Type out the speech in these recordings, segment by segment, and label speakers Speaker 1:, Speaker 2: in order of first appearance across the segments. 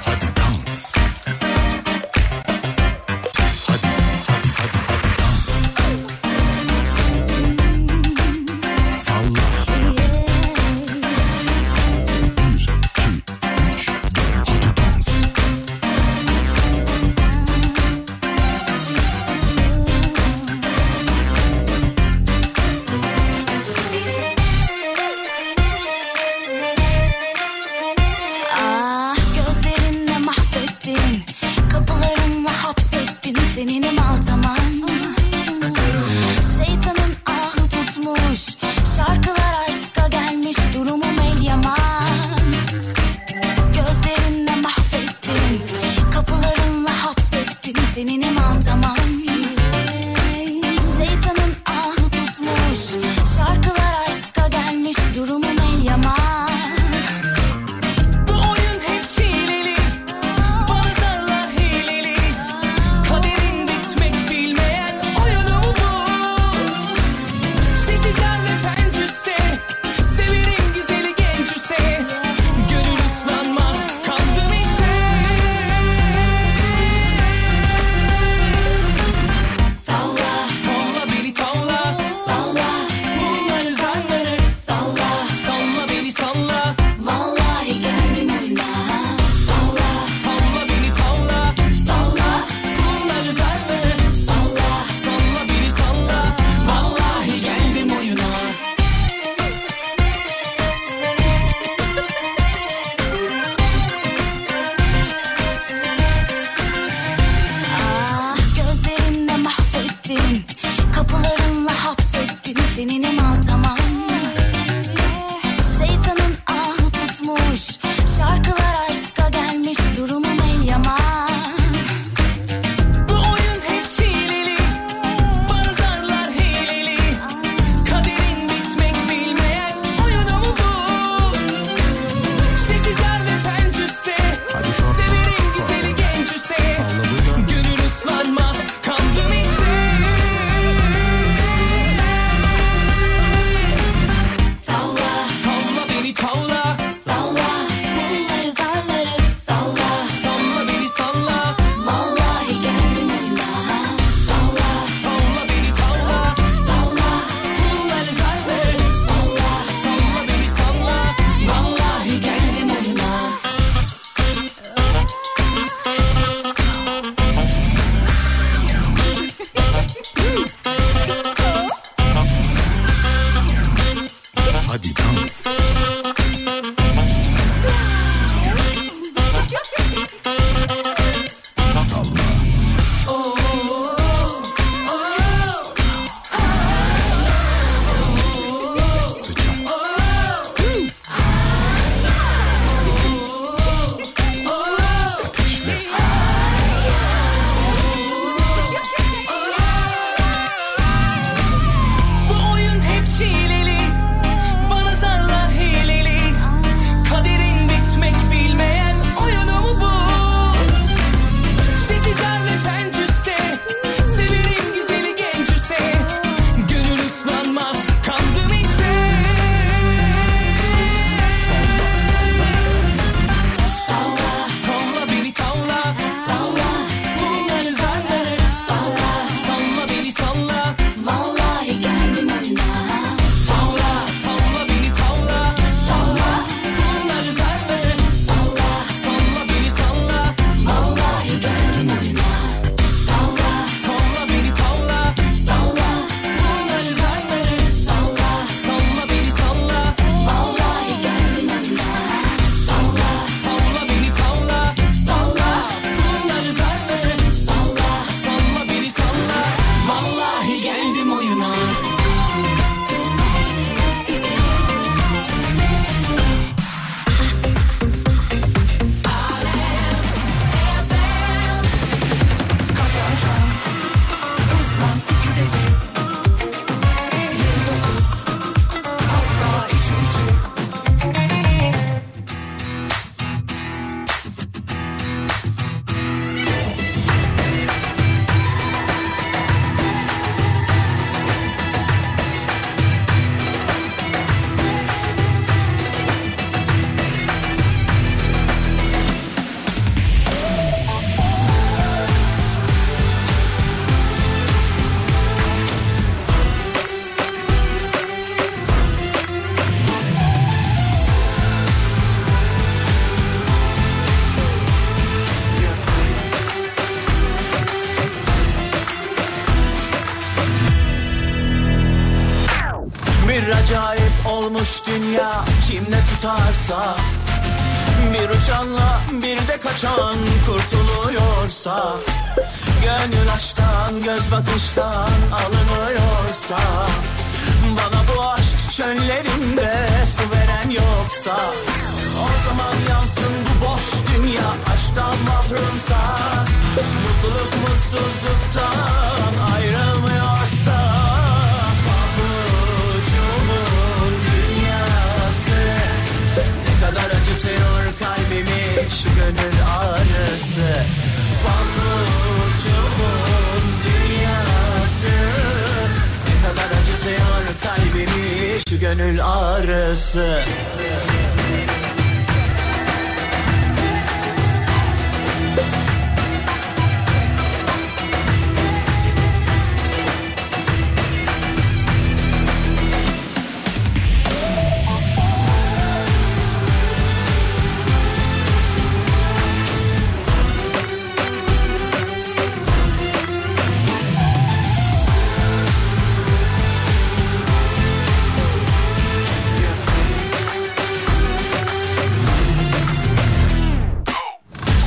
Speaker 1: Hadi dans. Hadi hadi hadi hadi dans. Salla. Bir, iki, üç, dört. Hadi dans.
Speaker 2: Ah, Ah,
Speaker 3: Acayip olmuş dünya kim ne tutarsa Bir uçanla bir de kaçan kurtuluyorsa Gönül aşktan göz bakıştan alınıyorsa Bana bu aşk çöllerinde su veren yoksa O zaman yansın bu boş dünya aşktan mahrumsa Mutluluk mutsuzluktan ayrılmıyorsa Pabucumun dünyası Ne kadar acıtıyor kalbimi şu gönül ağrısı Pabucumun dünyası Ne kadar acıtıyor kalbimi şu gönül ağrısı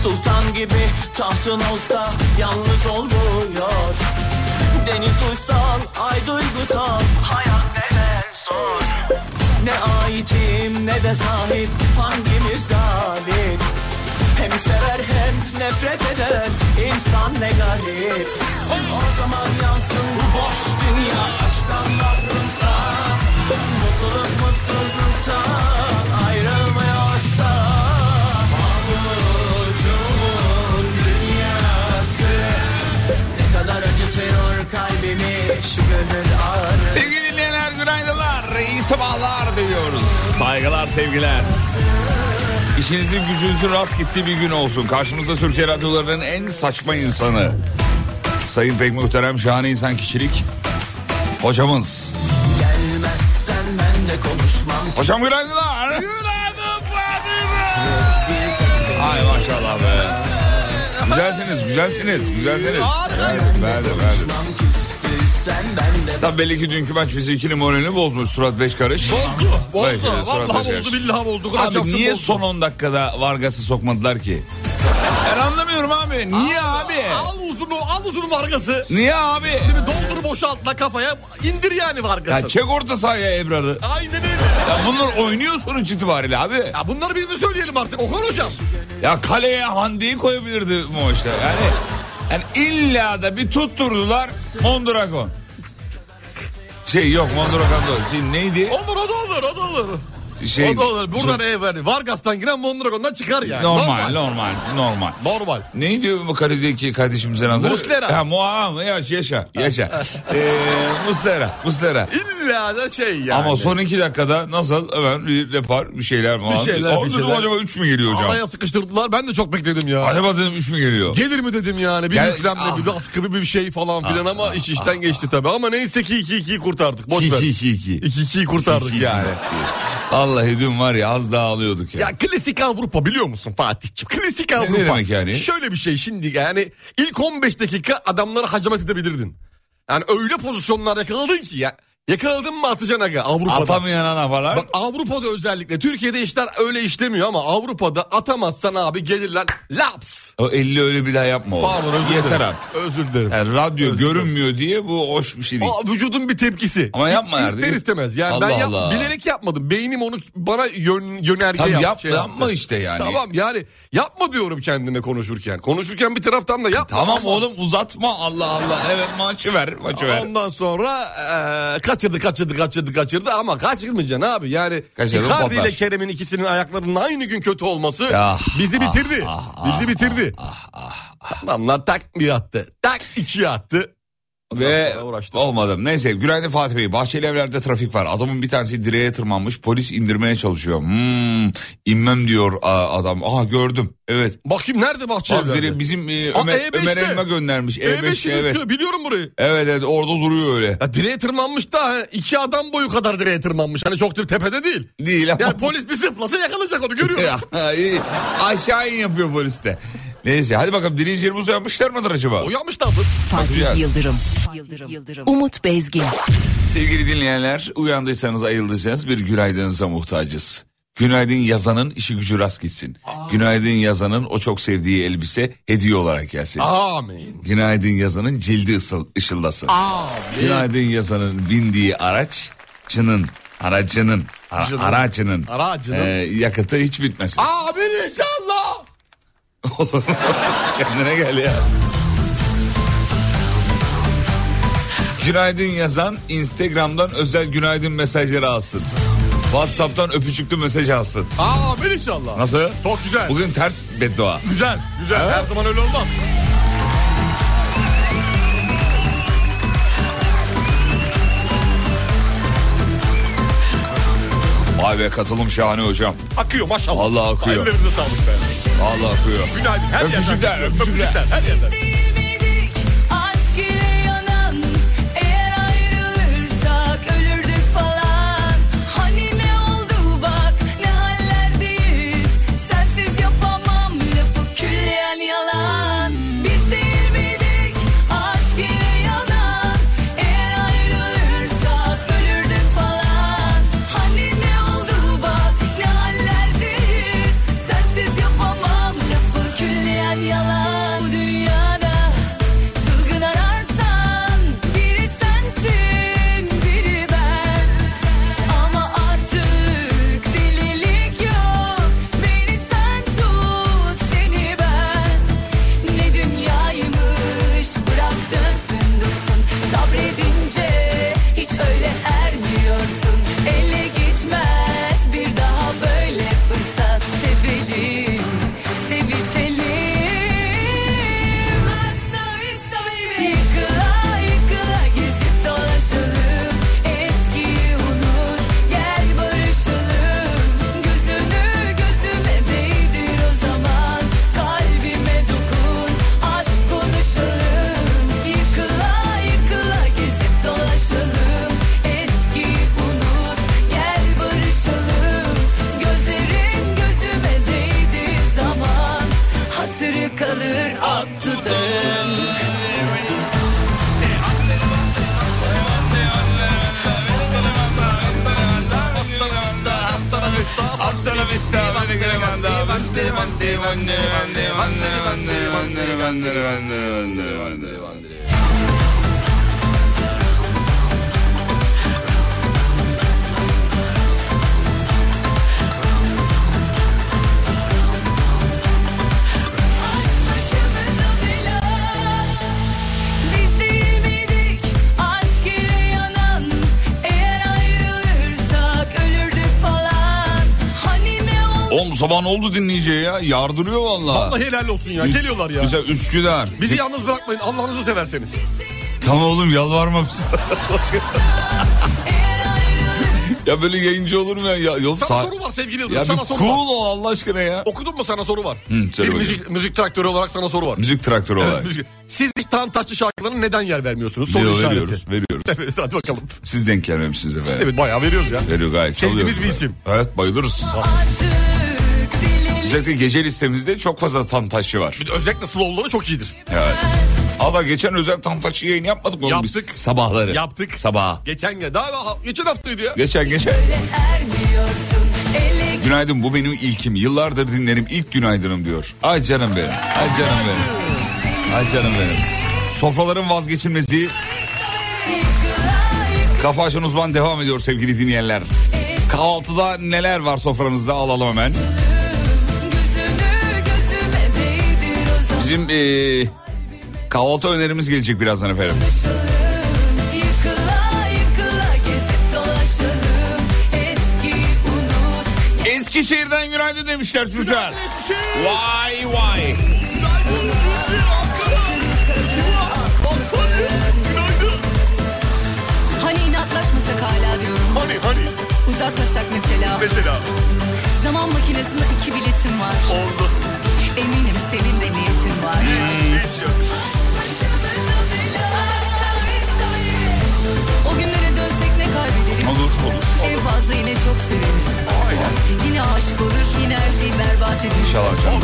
Speaker 3: Sultan gibi tahtın olsa yalnız olmuyor Deniz uysal, ay duygusal, hayat neden zor Ne aitim ne de sahip, hangimiz galip Hem sever hem nefret eder, insan ne garip O zaman yansın bu boş dünya, aşktan mahrumsa Mutluluk mutsuzluktan ayrılmıyorsa Avucumun dünyası Ne kadar acıtıyor kalbimi şu gönül ağrısı
Speaker 4: Sevgili dinleyenler günaydınlar, iyi sabahlar diliyoruz. Saygılar, sevgiler. İşinizin gücünüzün rast gittiği bir gün olsun. Karşımızda Türkiye radyolarının en saçma insanı. Sayın pek muhterem şahane insan kişilik. Hocamız.
Speaker 3: Gelmezsen ben de konuşmam
Speaker 4: Hocam günaydınlar. Günaydın Ay maşallah be. Güzelsiniz, güzelsiniz, güzelsiniz. Verdim, verdim, verdim.
Speaker 3: Konuşmam küstüysen ben de
Speaker 4: Tabii belli ki dünkü maç bizi ikinin moralini bozmuş. Surat beş karış.
Speaker 5: Bozdu.
Speaker 4: Belki de
Speaker 5: Bozdu.
Speaker 4: surat beş
Speaker 5: Vallahi
Speaker 4: karış.
Speaker 5: bozdu billahi bozdu. Kıraç
Speaker 4: Abi
Speaker 5: yaptı,
Speaker 4: niye
Speaker 5: bozdu.
Speaker 4: son 10 dakikada Vargas'ı sokmadılar ki? Ben anlamıyorum abi. Niye abi?
Speaker 5: Al uzunu al uzunu vargası.
Speaker 4: Niye abi?
Speaker 5: Şimdi doldur boşaltla kafaya indir yani vargası.
Speaker 4: Ya çek orta sahaya Ebrar'ı.
Speaker 5: Aynen öyle.
Speaker 4: Ya bunlar oynuyor sonuç itibariyle abi.
Speaker 5: Ya bunları biz mi söyleyelim artık Okan hocam?
Speaker 4: Ya kaleye Hande'yi koyabilirdi bu maçta. Yani, yani illa da bir tutturdular Mondragon. Şey yok Mondragon da- şey, neydi?
Speaker 5: Olur o da olur o da olur.
Speaker 4: Şey,
Speaker 5: o da olur. Buradan
Speaker 4: çok-
Speaker 5: ev verdi. Vargas'tan giren Mondragon'dan çıkar yani.
Speaker 4: Normal, normal, normal.
Speaker 5: Normal.
Speaker 4: Ne diyor bu karedeki kardeşimizin adı?
Speaker 5: Muslera.
Speaker 4: Ha, Muam, yaş, yaşa, yaşa. ee, Muslera, Muslera.
Speaker 5: İlla da şey yani.
Speaker 4: Ama son iki dakikada nasıl hemen bir repar bir şeyler falan.
Speaker 5: Bir şeyler,
Speaker 4: Aa,
Speaker 5: bir
Speaker 4: dedim
Speaker 5: şeyler.
Speaker 4: acaba üç mü geliyor hocam?
Speaker 5: Araya sıkıştırdılar. Ben de çok bekledim ya.
Speaker 4: Acaba dedim üç mü geliyor?
Speaker 5: Gelir mi dedim yani. Bir
Speaker 4: Gel-
Speaker 5: yüklemle
Speaker 4: Ah.
Speaker 5: bir baskı bir bir şey falan filan ama iş işten geçti tabii. Ama neyse ki 2-2'yi kurtardık. Boş
Speaker 4: Ki,
Speaker 5: ver.
Speaker 4: ki, ki, ki.
Speaker 5: 2-2'yi kurtardık yani.
Speaker 4: Vallahi dün var ya az daha ağlıyorduk ya.
Speaker 5: Ya klasik Avrupa biliyor musun Fatih'ciğim? Klasik Avrupa.
Speaker 4: demek yani?
Speaker 5: Şöyle bir şey şimdi yani ilk 15 dakika adamlara hacamat edebilirdin. Yani öyle pozisyonlar yakaladın ki ya. Yakaladın mı atacaksın aga Avrupa'da.
Speaker 4: Atamayan ana falan.
Speaker 5: Bak Avrupa'da özellikle Türkiye'de işler öyle işlemiyor ama Avrupa'da atamazsan abi gelirler laps.
Speaker 4: O 50 öyle bir daha yapma oğlum.
Speaker 5: Pardon özür
Speaker 4: Yeter
Speaker 5: dilerim.
Speaker 4: artık.
Speaker 5: Özür dilerim.
Speaker 4: Yani radyo görünmüyor diye bu hoş bir şey değil.
Speaker 5: Aa, vücudun bir tepkisi.
Speaker 4: Ama yapma
Speaker 5: İ-
Speaker 4: yani.
Speaker 5: İster istemez. Yani
Speaker 4: Allah
Speaker 5: ben yap-
Speaker 4: Allah.
Speaker 5: bilerek yapmadım. Beynim onu bana yön, yönerge
Speaker 4: Tabii
Speaker 5: yap-
Speaker 4: yapma,
Speaker 5: şey yaptı.
Speaker 4: yapma işte yani.
Speaker 5: Tamam yani yapma diyorum kendime konuşurken. Konuşurken bir taraftan da yapma.
Speaker 4: Tamam oğlum uzatma Allah Allah. Evet maçı ver maçı ver.
Speaker 5: Ondan sonra eee, kaçırdı kaçırdı kaçırdı kaçırdı ama kaçırmayacaksın abi. Yani
Speaker 4: Kaçırdı,
Speaker 5: Icardi ile
Speaker 4: batar.
Speaker 5: Kerem'in ikisinin ayaklarının aynı gün kötü olması
Speaker 4: Ah,
Speaker 5: bizi
Speaker 4: ah,
Speaker 5: bitirdi.
Speaker 4: ah, ah,
Speaker 5: bizi bitirdi. Adamlar tak bir attı. Tak iki attı.
Speaker 4: Ve
Speaker 5: sonra uğraştım.
Speaker 4: olmadım. Neyse günaydın Fatih Bey. Bahçeli evlerde trafik var. Adamın bir tanesi direğe tırmanmış. Polis indirmeye çalışıyor. Hmm, inmem diyor aa, adam. Aha gördüm. Evet.
Speaker 5: Bakayım nerede bahçe
Speaker 4: Bak
Speaker 5: evleri?
Speaker 4: dire- bizim e,
Speaker 5: Şey Aa, E
Speaker 4: Ömer,
Speaker 5: E5'te.
Speaker 4: Ömer Elma göndermiş. E5
Speaker 5: E5'i
Speaker 4: evet.
Speaker 5: yürütüyor, biliyorum burayı.
Speaker 4: Evet evet orada duruyor öyle.
Speaker 5: Ya direğe tırmanmış da ha, iki adam boyu kadar direğe tırmanmış. Hani çok da tepede değil.
Speaker 4: Değil ama.
Speaker 5: Yani polis bir zıplasa yakalayacak onu görüyorum.
Speaker 4: İyi. Aşağı in yapıyor polis de. Neyse hadi bakalım dinleyicilerimiz uyanmışlar mıdır acaba?
Speaker 5: Uyanmışlardır.
Speaker 6: Fatih
Speaker 4: Bakacağız.
Speaker 6: Yıldırım Yıldırım. Umut Bezgin.
Speaker 4: Sevgili dinleyenler uyandıysanız ayıldıysanız bir günaydınıza muhtacız. Günaydın yazanın işi gücü rast gitsin. Günaydın yazanın o çok sevdiği elbise hediye olarak gelsin.
Speaker 5: Amin.
Speaker 4: Günaydın yazanın cildi ısıl, ışıldasın.
Speaker 5: Amin.
Speaker 4: Günaydın yazanın bindiği araççının aracının a-
Speaker 5: Cının.
Speaker 4: aracının,
Speaker 5: Aracının.
Speaker 4: e, yakıtı hiç bitmesin.
Speaker 5: Amin inşallah.
Speaker 4: Oğlum, Kendine gel ya. Günaydın yazan Instagram'dan özel günaydın mesajları alsın. WhatsApp'tan öpücüklü mesaj alsın.
Speaker 5: Amin inşallah.
Speaker 4: Nasıl?
Speaker 5: Çok güzel.
Speaker 4: Bugün ters beddua.
Speaker 5: Güzel, güzel. Her zaman öyle olmaz.
Speaker 4: Vay be katılım şahane hocam.
Speaker 5: Akıyor maşallah.
Speaker 4: Allah akıyor.
Speaker 5: Ellerinde sağlık be.
Speaker 4: Allah akıyor.
Speaker 5: Günaydın. Her yerden
Speaker 4: Öpücükler,
Speaker 5: kaçıyor.
Speaker 4: öpücükler.
Speaker 5: Her yerden.
Speaker 2: Sevmedik, aşk ile yanan Eğer ayrılırsak ölürdük falan Hani ne oldu bak ne hallerdeyiz Sensiz yapamam lafı külliyen yalan Biz değil miydik aşk ile yanan Eğer ayrılırsak ölürdük falan Hani ne oldu bak ne hallerdeyiz Sensiz yapamam lafı külliyen yalan Bu dünyada çılgın ararsan Biri sensin biri ben Ama artık delilik yok Beni sen tut seni ben Ne dünyaymış bıraktın sındırsın Sabredince hiç öyle ermiyorsun Ele geçmez bir daha böyle fırsat Sevelim sevişelim Hasta vista baby Yıkıla yıkıla gezip dolaşalım Eskiyi unut gel barışalım Gözünü gözüme değdir o zaman Kalbime dokun aşk konuşalım Yıkıla yıkıla gezip dolaşalım Eskiyi unut gel barışalım Gözlerin gözüme değdiği zaman Hatırı kalır ak dudağın Başımıza bela Biz değil miydik aşk ile yanan Eğer ayrılırsak ölürdük falan Hani ne oldu
Speaker 4: Oğlum sabah ne oldu dinleyiciye ya? Yardırıyor valla.
Speaker 5: Allah helal olsun ya.
Speaker 4: Üst-
Speaker 5: Geliyorlar ya.
Speaker 4: Bize Üsküdar.
Speaker 5: Bizi yalnız bırakmayın. Allah'ınızı severseniz.
Speaker 4: Tamam oğlum yalvarmamış.
Speaker 2: eğer ayrılırsak
Speaker 4: ya böyle yayıncı olur mu ya? ya yol
Speaker 5: Sana
Speaker 4: sa-
Speaker 5: soru var sevgili Yıldırım.
Speaker 4: Ya bir
Speaker 5: sana soru var.
Speaker 4: cool ol Allah aşkına ya.
Speaker 5: Okudun mu sana soru var?
Speaker 4: Hı, söyle
Speaker 5: bir
Speaker 4: bakayım.
Speaker 5: müzik, müzik traktörü olarak sana soru var.
Speaker 4: Müzik traktörü
Speaker 5: Evet,
Speaker 4: olarak.
Speaker 5: müzik- Siz hiç Tan Taşçı şarkılarına neden yer vermiyorsunuz? Soru
Speaker 4: Diyor,
Speaker 5: işareti.
Speaker 4: veriyoruz, veriyoruz.
Speaker 5: Evet hadi bakalım.
Speaker 4: Siz denk gelmemişsiniz efendim.
Speaker 5: Evet bayağı veriyoruz ya.
Speaker 4: Veriyor gayet.
Speaker 5: Sevdiğimiz
Speaker 4: sallıyoruz
Speaker 5: bir
Speaker 4: böyle.
Speaker 5: isim.
Speaker 4: Evet bayılırız.
Speaker 2: artık delilik
Speaker 4: Özellikle gece listemizde çok fazla tantaşçı var.
Speaker 5: Bir de özellikle slowları çok iyidir.
Speaker 4: Evet. Ama geçen özel tantaşçı yayın yapmadık mı? oğlum biz?
Speaker 5: Yaptık.
Speaker 4: Sabahları.
Speaker 5: Yaptık.
Speaker 4: Sabah.
Speaker 5: Geçen ya daha geçen haftaydı ya.
Speaker 4: Geçen geçen.
Speaker 2: öyle ermiyorsun Ele
Speaker 4: Günaydın bu benim ilkim. Yıllardır dinlerim ilk günaydınım diyor. Ay canım benim. Ay canım benim. Ay canım benim. Sofraların vazgeçilmezi Kafa Açan Uzman devam ediyor sevgili dinleyenler. Kahvaltıda neler var sofranızda alalım hemen.
Speaker 2: gözünü gözüme değdir o zaman
Speaker 4: Bizim eee, kahvaltı önerimiz gelecek birazdan efendim.
Speaker 2: Yıkıla yıkıla gezip dolaşalım Eski unut
Speaker 4: Eskişehir'den günaydın demişler çocuklar. Vay vay.
Speaker 2: Hani inatlaşmasak hala diyorum
Speaker 5: Hani hani
Speaker 2: Uzaklasak mesela
Speaker 5: mesela
Speaker 2: Zaman makinesinde iki biletim var
Speaker 5: oldu.
Speaker 2: Eminim senin de niyetin var
Speaker 4: Hmm.
Speaker 5: Hiç yok.
Speaker 2: O günlere dönsek ne kaybederiz
Speaker 4: Olur olur.
Speaker 2: En fazla yine çok severiz Yine aşık olur yine her şeyi berbat ederiz
Speaker 4: İnşallah canım.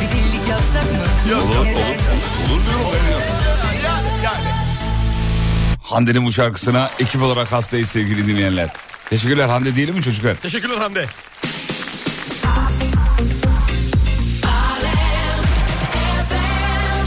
Speaker 2: Bir delilik yapsak mı?
Speaker 4: Olur olur.
Speaker 2: Ne dersin?
Speaker 4: Olur diyorum.
Speaker 5: Yani yani.
Speaker 4: Hande'nin bu şarkısına ekip olarak hastayız sevgili dinleyenler. Teşekkürler Hande diyelim mi çocuklar?
Speaker 5: Teşekkürler Hande.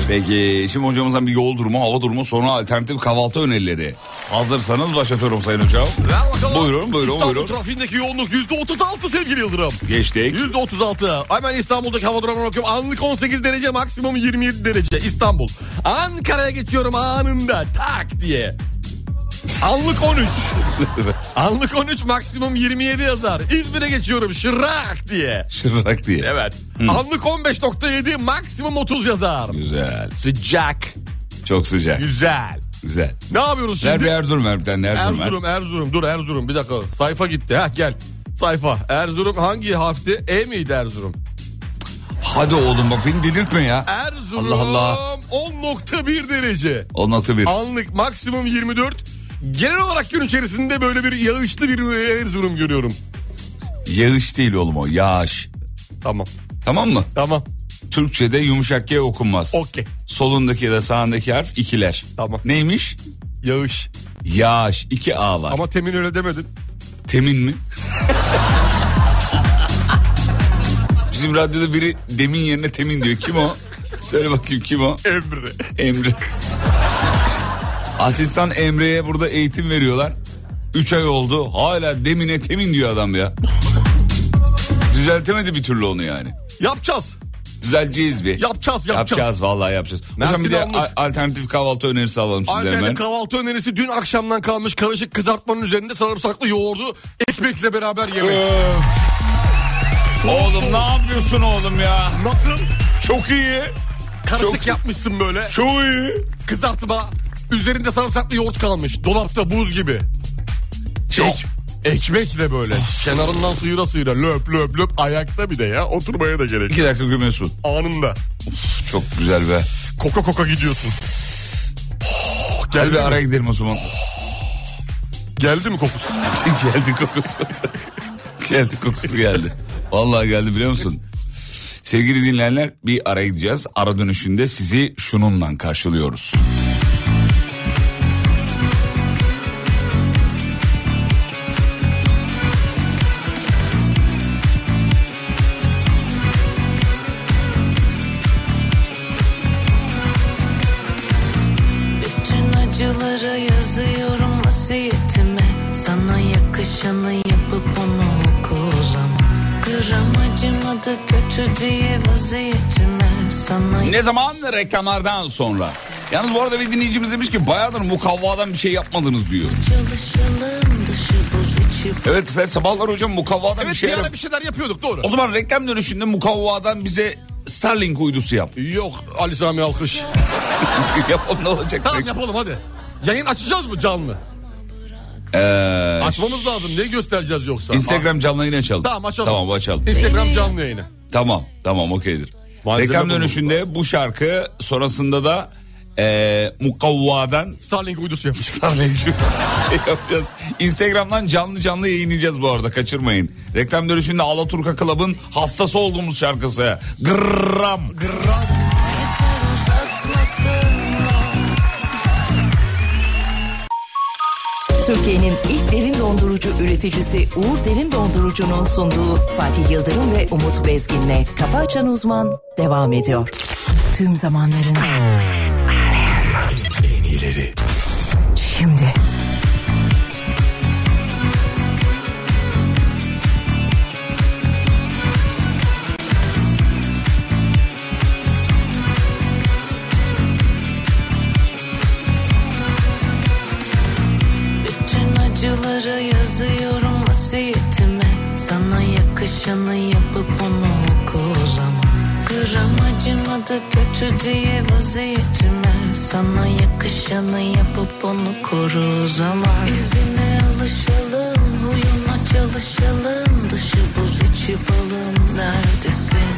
Speaker 4: Peki şimdi hocamızdan bir yol durumu, hava durumu sonra alternatif kahvaltı önerileri. Hazırsanız başlatıyorum sayın hocam.
Speaker 5: Ver bakalım.
Speaker 4: Buyurun buyurun
Speaker 5: İstanbul
Speaker 4: buyurun.
Speaker 5: trafiğindeki yoğunluk yüzde otuz altı sevgili Yıldırım.
Speaker 4: Geçtik.
Speaker 5: Yüzde otuz altı. Hemen İstanbul'daki hava durumuna bakıyorum. Anlık 18 derece maksimum 27 derece İstanbul. Ankara'ya geçiyorum anında tak diye. Anlık 13. Anlık 13 maksimum 27 yazar. İzmir'e geçiyorum şırak diye.
Speaker 4: Şırrak diye.
Speaker 5: Evet. Anlık 15.7 maksimum 30 yazar.
Speaker 4: Güzel.
Speaker 5: Sıcak.
Speaker 4: Çok sıcak.
Speaker 5: Güzel.
Speaker 4: Güzel.
Speaker 5: Ne yapıyoruz
Speaker 4: Ver bir
Speaker 5: şimdi?
Speaker 4: Erzurum ver bir tane Erzurum ver.
Speaker 5: Erzurum, Erzurum. Dur Erzurum bir dakika. Sayfa gitti. Ha gel. Sayfa. Erzurum hangi harfti? E miydi Erzurum?
Speaker 4: Hadi oğlum bak beni delirtme ya.
Speaker 5: Erzurum
Speaker 4: Allah Allah.
Speaker 5: 10.1 derece.
Speaker 4: Anlatı bir.
Speaker 5: Anlık maksimum 24. Genel olarak gün içerisinde böyle bir yağışlı bir Erzurum görüyorum.
Speaker 4: Yağış değil oğlum o yağış.
Speaker 5: Tamam.
Speaker 4: Tamam mı?
Speaker 5: Tamam.
Speaker 4: Türkçe'de yumuşak G okunmaz.
Speaker 5: Okey.
Speaker 4: Solundaki ya da sağındaki harf ikiler.
Speaker 5: Tamam.
Speaker 4: Neymiş?
Speaker 5: Yağış.
Speaker 4: Yağış. iki A var.
Speaker 5: Ama temin öyle demedin.
Speaker 4: Temin mi? Bizim radyoda biri demin yerine temin diyor. Kim o? Söyle bakayım kim o?
Speaker 5: Emre.
Speaker 4: Emre. Asistan Emre'ye burada eğitim veriyorlar. 3 ay oldu. Hala demine temin diyor adam ya. Düzeltemedi bir türlü onu yani.
Speaker 5: Yapacağız.
Speaker 4: Düzeleceğiz bir.
Speaker 5: Yapacağız, yapacağız.
Speaker 4: Yapacağız vallahi yapacağız. Hocam
Speaker 5: Mersin'e
Speaker 4: bir de
Speaker 5: anlık.
Speaker 4: a- alternatif kahvaltı önerisi alalım size hemen.
Speaker 5: Alternatif kahvaltı önerisi dün akşamdan kalmış karışık kızartmanın üzerinde sarımsaklı yoğurdu ekmekle beraber yemek.
Speaker 4: Öf. Oğlum ne yapıyorsun oğlum ya?
Speaker 5: Nasıl?
Speaker 4: Çok iyi.
Speaker 5: Karışık
Speaker 4: Çok-
Speaker 5: yapmışsın böyle.
Speaker 4: Çok iyi.
Speaker 5: Kızartma. Üzerinde sarımsaklı yoğurt kalmış. Dolapta buz gibi.
Speaker 4: Çok.
Speaker 5: Ek- ekmekle böyle. Kenarından sıyıra sıyıra. Löp löp löp. Ayakta bir de ya. Oturmaya da gerek. yok.
Speaker 4: İki dakika gömüyorsun.
Speaker 5: Anında.
Speaker 4: Çok güzel be.
Speaker 5: Koka koka gidiyorsun.
Speaker 4: Gel
Speaker 5: geldi
Speaker 4: bir
Speaker 5: mi?
Speaker 4: araya gidelim o zaman.
Speaker 5: Geldi mi kokusu?
Speaker 4: geldi kokusu. geldi kokusu geldi. Vallahi geldi biliyor musun? Sevgili dinleyenler bir araya gideceğiz. Ara dönüşünde sizi şununla karşılıyoruz.
Speaker 7: Bütün acıları yazıyorum vasiyetime Sana yakışanı yapıp onu oku o zaman Gram acımadı kötü diye vaziyetime Sana
Speaker 4: Ne zaman? Reklamlardan sonra. Yalnız bu arada bir dinleyicimiz demiş ki bayağıdır mukavvadan bir şey yapmadınız diyor.
Speaker 7: çalışalım dışı buz içi
Speaker 4: Evet sen sabahlar hocam mukavvadan
Speaker 5: Evet
Speaker 4: bir
Speaker 5: bir,
Speaker 4: şey yap-
Speaker 5: ara bir şeyler yapıyorduk doğru.
Speaker 4: O zaman reklam dönüşünde mukavvadan bize Starlink uydusu yap.
Speaker 5: Yok Ali Sami Alkış.
Speaker 4: yap o ne olacak?
Speaker 5: Tamam yapalım hadi. Yayın açacağız mı canlı?
Speaker 4: Ee,
Speaker 5: Açmamız lazım. Ne göstereceğiz yoksa?
Speaker 4: Instagram canlı yayın açalım.
Speaker 5: Tamam açalım.
Speaker 4: Tamam açalım.
Speaker 5: Instagram canlı yayını.
Speaker 4: Tamam tamam okeydir.
Speaker 5: Malzeme
Speaker 4: Reklam
Speaker 5: bulundum.
Speaker 4: dönüşünde bu şarkı sonrasında da e, mukavvadan
Speaker 5: Starlink uydusu yapmış.
Speaker 4: Starlink şey yapacağız. Instagram'dan canlı canlı yayınlayacağız bu arada kaçırmayın. Reklam dönüşünde Alaturka Club'ın hastası olduğumuz şarkısı. Gram.
Speaker 7: yeter uzatmasınlar
Speaker 6: Türkiye'nin ilk derin dondurucu üreticisi Uğur Derin Dondurucu'nun sunduğu Fatih Yıldırım ve Umut Bezgin'le Kafa Açan Uzman devam ediyor. Tüm zamanların
Speaker 2: En iyileri.
Speaker 6: şimdi.
Speaker 7: Bütün acıları yazıyorum vasiyetime Sana yakışanı yapıp onu oku o zaman Gram acımadı kötü diye vaziyetime Sana yakışanı yapıp onu koru o zaman İzine alışalım, uyuma çalışalım Dışı buz içi balım neredesin?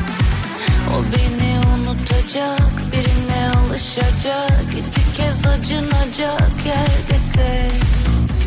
Speaker 7: O beni unutacak, birine alışacak İki kez acınacak yerdesin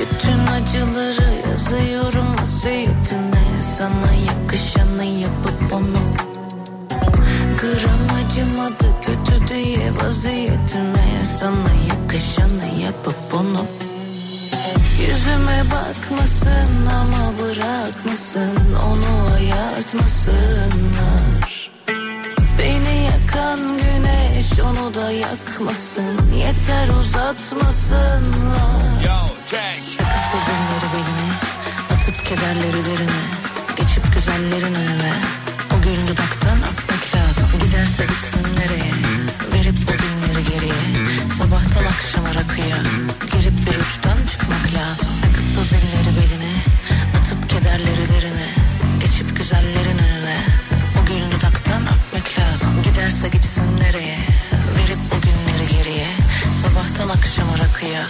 Speaker 7: Bütün acıları yazıyorum vasiyetime Sana yakışanı yapıp onu Gram acımadı kötü diye vaziyetime Sana yakışanı yapıp onu Yüzüme bakmasın ama bırakmasın Onu ayartmasınlar Beni yakan güneş onu da yakmasın Yeter uzatmasınlar
Speaker 4: Yo check.
Speaker 7: Takıp uzunları beline Atıp kederler üzerine Geçip güzellerin önüne O gül dudaktan atmak lazım Giderse gitsin nereye Verip o günleri geriye Sabahtan akşama rakıya Girip bir uçtan çıkmak lazım Takıp uzunları beline Atıp kederler üzerine Geçip güzellerin önüne O gül dudaktan atmak lazım Giderse gitsin nereye Verip o günleri geriye Sabahtan akşama rakıya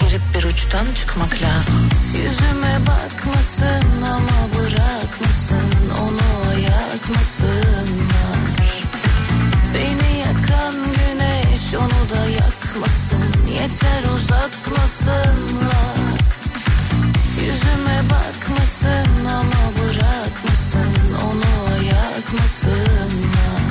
Speaker 7: Girip bir uçtan çıkmak lazım Yüzüme bakmasın ama bırakmasın Onu ayartmasınlar Beni yakan güneş onu da yakmasın Yeter uzatmasınlar Yüzüme bakmasın ama bırakmasın Onu ayartmasınlar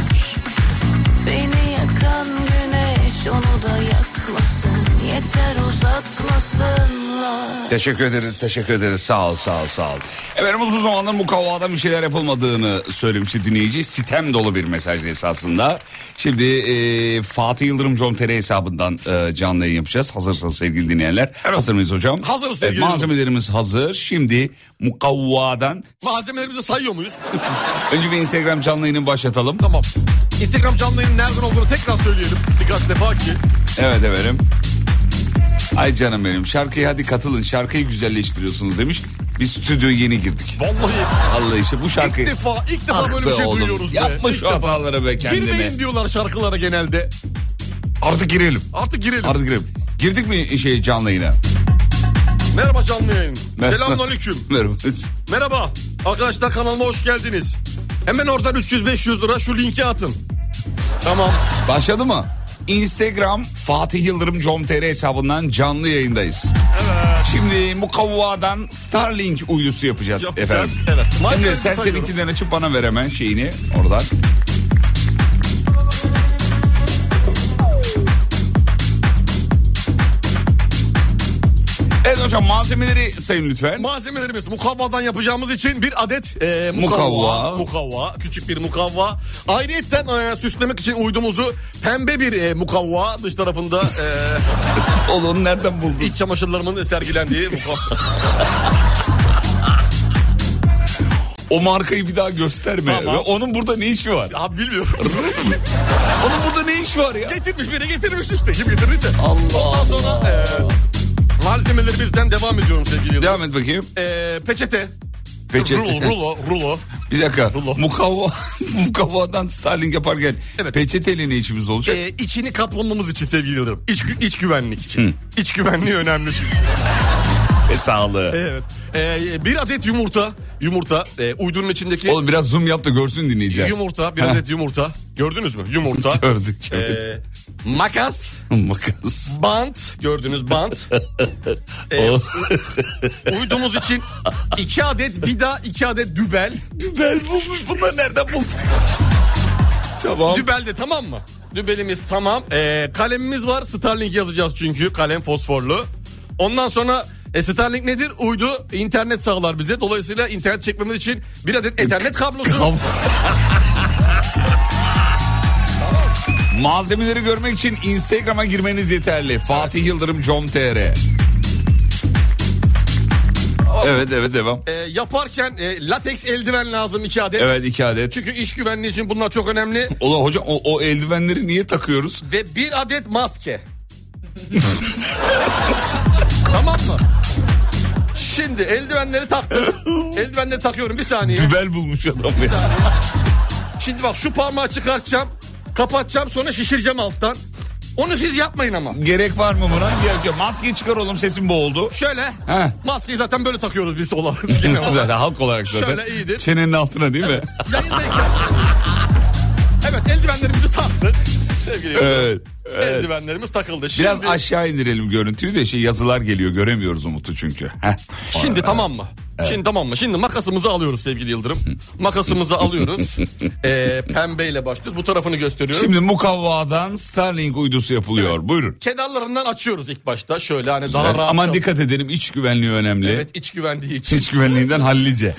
Speaker 7: Beni yakan güneş onu da yakmasın Yeter uzatmasınlar
Speaker 4: Teşekkür ederiz, teşekkür ederiz. Sağ ol, sağ ol, sağ ol. Efendim uzun zamandır mukavvadan bir şeyler yapılmadığını söylemişti dinleyici. Sitem dolu bir mesaj esasında. Şimdi e, Fatih Yıldırım Com.tr hesabından e, canlı yayın yapacağız. Hazırsanız sevgili dinleyenler. Hazır mıyız hocam?
Speaker 5: Hazırız sevgili
Speaker 4: Evet, malzemelerimiz hazır. Şimdi mukavvadan...
Speaker 5: Malzemelerimizi sayıyor muyuz?
Speaker 4: Önce bir Instagram canlı yayını başlatalım.
Speaker 5: Tamam. Instagram canlı yayının nereden olduğunu tekrar söyleyelim. Birkaç defa ki.
Speaker 4: Evet efendim. Ay canım benim şarkıya hadi katılın şarkıyı güzelleştiriyorsunuz demiş. Biz stüdyoya yeni girdik.
Speaker 5: Vallahi
Speaker 4: Vallahi işte bu
Speaker 5: ilk
Speaker 4: şarkıyı...
Speaker 5: defa ilk defa
Speaker 4: Ah
Speaker 5: böyle
Speaker 4: be
Speaker 5: bir şey
Speaker 4: oğlum,
Speaker 5: duyuyoruz. be.
Speaker 4: Yapma
Speaker 5: İlk
Speaker 4: şu
Speaker 5: defa.
Speaker 4: hataları be kendine.
Speaker 5: Girmeyin diyorlar şarkılara genelde.
Speaker 4: Artık girelim.
Speaker 5: Artık girelim.
Speaker 4: Artık girelim. Girdik mi şey canlı yayına?
Speaker 5: Merhaba canlı yayın.
Speaker 4: Merhaba.
Speaker 5: Selamünaleyküm.
Speaker 4: Merhaba.
Speaker 5: Merhaba. Arkadaşlar kanalıma hoş geldiniz. Hemen oradan 300-500 lira şu linki atın. Tamam.
Speaker 4: Başladı mı? Instagram Fatih Yıldırım com.tr hesabından canlı yayındayız. Şimdi mukavvadan Starlink uydusu yapacağız
Speaker 5: Yapacağız,
Speaker 4: efendim.
Speaker 5: evet.
Speaker 4: Şimdi
Speaker 5: Malzemelerimizi
Speaker 4: sen
Speaker 5: sayıyorum.
Speaker 4: seninkinden açıp bana ver hemen şeyini oradan. Evet hocam malzemeleri sayın lütfen.
Speaker 5: Malzemelerimiz mukavvadan yapacağımız için bir adet e, mukavva,
Speaker 4: Mukavva.
Speaker 5: mukavva. Küçük bir mukavva. Ayrıyeten e, süslemek için uydumuzu pembe bir e, mukavva. Dış tarafında e,
Speaker 4: Oğlum nereden buldun?
Speaker 5: iç çamaşırlarımın sergilendiği mukavva.
Speaker 4: O markayı bir daha gösterme.
Speaker 5: Tamam.
Speaker 4: Ve onun burada ne işi var?
Speaker 5: Abi bilmiyorum.
Speaker 4: Onun burada ne işi var ya?
Speaker 5: getirmiş biri getirmiş işte. Kim getirdiyse.
Speaker 4: Allah
Speaker 5: Ondan sonra e, malzemelerimizden devam ediyorum sevgili Yıldırım.
Speaker 4: Devam et bakayım.
Speaker 5: E, peçete.
Speaker 4: Peçete.
Speaker 5: Rulo, rulo, rulo.
Speaker 4: Bir dakika.
Speaker 5: Rulo.
Speaker 4: Mukavva, mukavvadan Starlink yaparken
Speaker 5: Evet.
Speaker 4: peçeteyle ne işimiz olacak?
Speaker 5: Ee, içini kaplamamız için sevgili Yıldırım. İç, gü- iç güvenlik için. İç güvenliği önemli. çünkü.
Speaker 4: E, sağlığı.
Speaker 5: evet. Ee, bir adet yumurta. Yumurta. e, uydunun içindeki
Speaker 4: Oğlum biraz zoom yap da görsün dinleyiciler.
Speaker 5: yumurta. Bir
Speaker 4: Ha.
Speaker 5: adet yumurta. Gördünüz mü? Yumurta.
Speaker 4: Gördük. gördük.
Speaker 5: Ee, makas.
Speaker 4: Makas.
Speaker 5: Bant. Gördünüz bant. Ee,
Speaker 4: O-
Speaker 5: uydumuz için iki adet vida, iki adet dübel.
Speaker 4: Dübel bulmuş. Bunları nereden buldun? tamam.
Speaker 5: Dübel de tamam mı? Dübelimiz tamam. Ee, kalemimiz var. Starlink yazacağız çünkü. Kalem fosforlu. Ondan sonra e, Starlink nedir? Uydu. internet sağlar bize. Dolayısıyla internet çekmemiz için bir adet ethernet kablosu.
Speaker 4: Kav- Malzemeleri görmek için Instagram'a girmeniz yeterli. Fatih Yıldırım com.tr Evet evet devam.
Speaker 5: Ee, yaparken e, lateks eldiven lazım iki adet.
Speaker 4: Evet iki adet.
Speaker 5: Çünkü iş güvenliği için bunlar çok önemli.
Speaker 4: Ola hocam o, o eldivenleri niye takıyoruz?
Speaker 5: Ve bir adet maske. tamam mı? Şimdi eldivenleri taktım. eldivenleri takıyorum bir saniye.
Speaker 4: Dübel bulmuş adam ya.
Speaker 5: Şimdi bak şu parmağı çıkartacağım. Kapatacağım sonra şişireceğim alttan. Onu siz yapmayın ama.
Speaker 4: Gerek var mı buna? Gerek yok. Maskeyi çıkar oğlum sesim boğuldu.
Speaker 5: Şöyle.
Speaker 4: He.
Speaker 5: Maskeyi zaten böyle takıyoruz biz olarak. Genel olarak.
Speaker 4: Siz zaten halk olarak zaten.
Speaker 5: Şöyle iyidir.
Speaker 4: Çenenin altına değil mi?
Speaker 5: Yayındayken. evet eldivenlerimizi taktık. Sevgili
Speaker 4: Evet,
Speaker 5: yoldaşlar. Eldivenlerimiz takıldı. Şimdi,
Speaker 4: Biraz aşağı indirelim görüntüyü de şey yazılar geliyor göremiyoruz Umut'u çünkü. Heh.
Speaker 5: Şimdi tamam mı? Şimdi tamam mı? Şimdi makasımızı alıyoruz sevgili Yıldırım. makasımızı alıyoruz. ee, pembeyle başlıyoruz. Bu tarafını gösteriyorum.
Speaker 4: Şimdi mukavvadan Starlink uydusu yapılıyor. Buyurun.
Speaker 5: Kenarlarından açıyoruz ilk başta. Şöyle hani daha
Speaker 4: Evet,
Speaker 5: rahat.
Speaker 4: Aman
Speaker 5: çal-
Speaker 4: dikkat edelim iç güvenliği önemli.
Speaker 5: Evet iç güvendiği için.
Speaker 4: İç güvenliğinden hallice.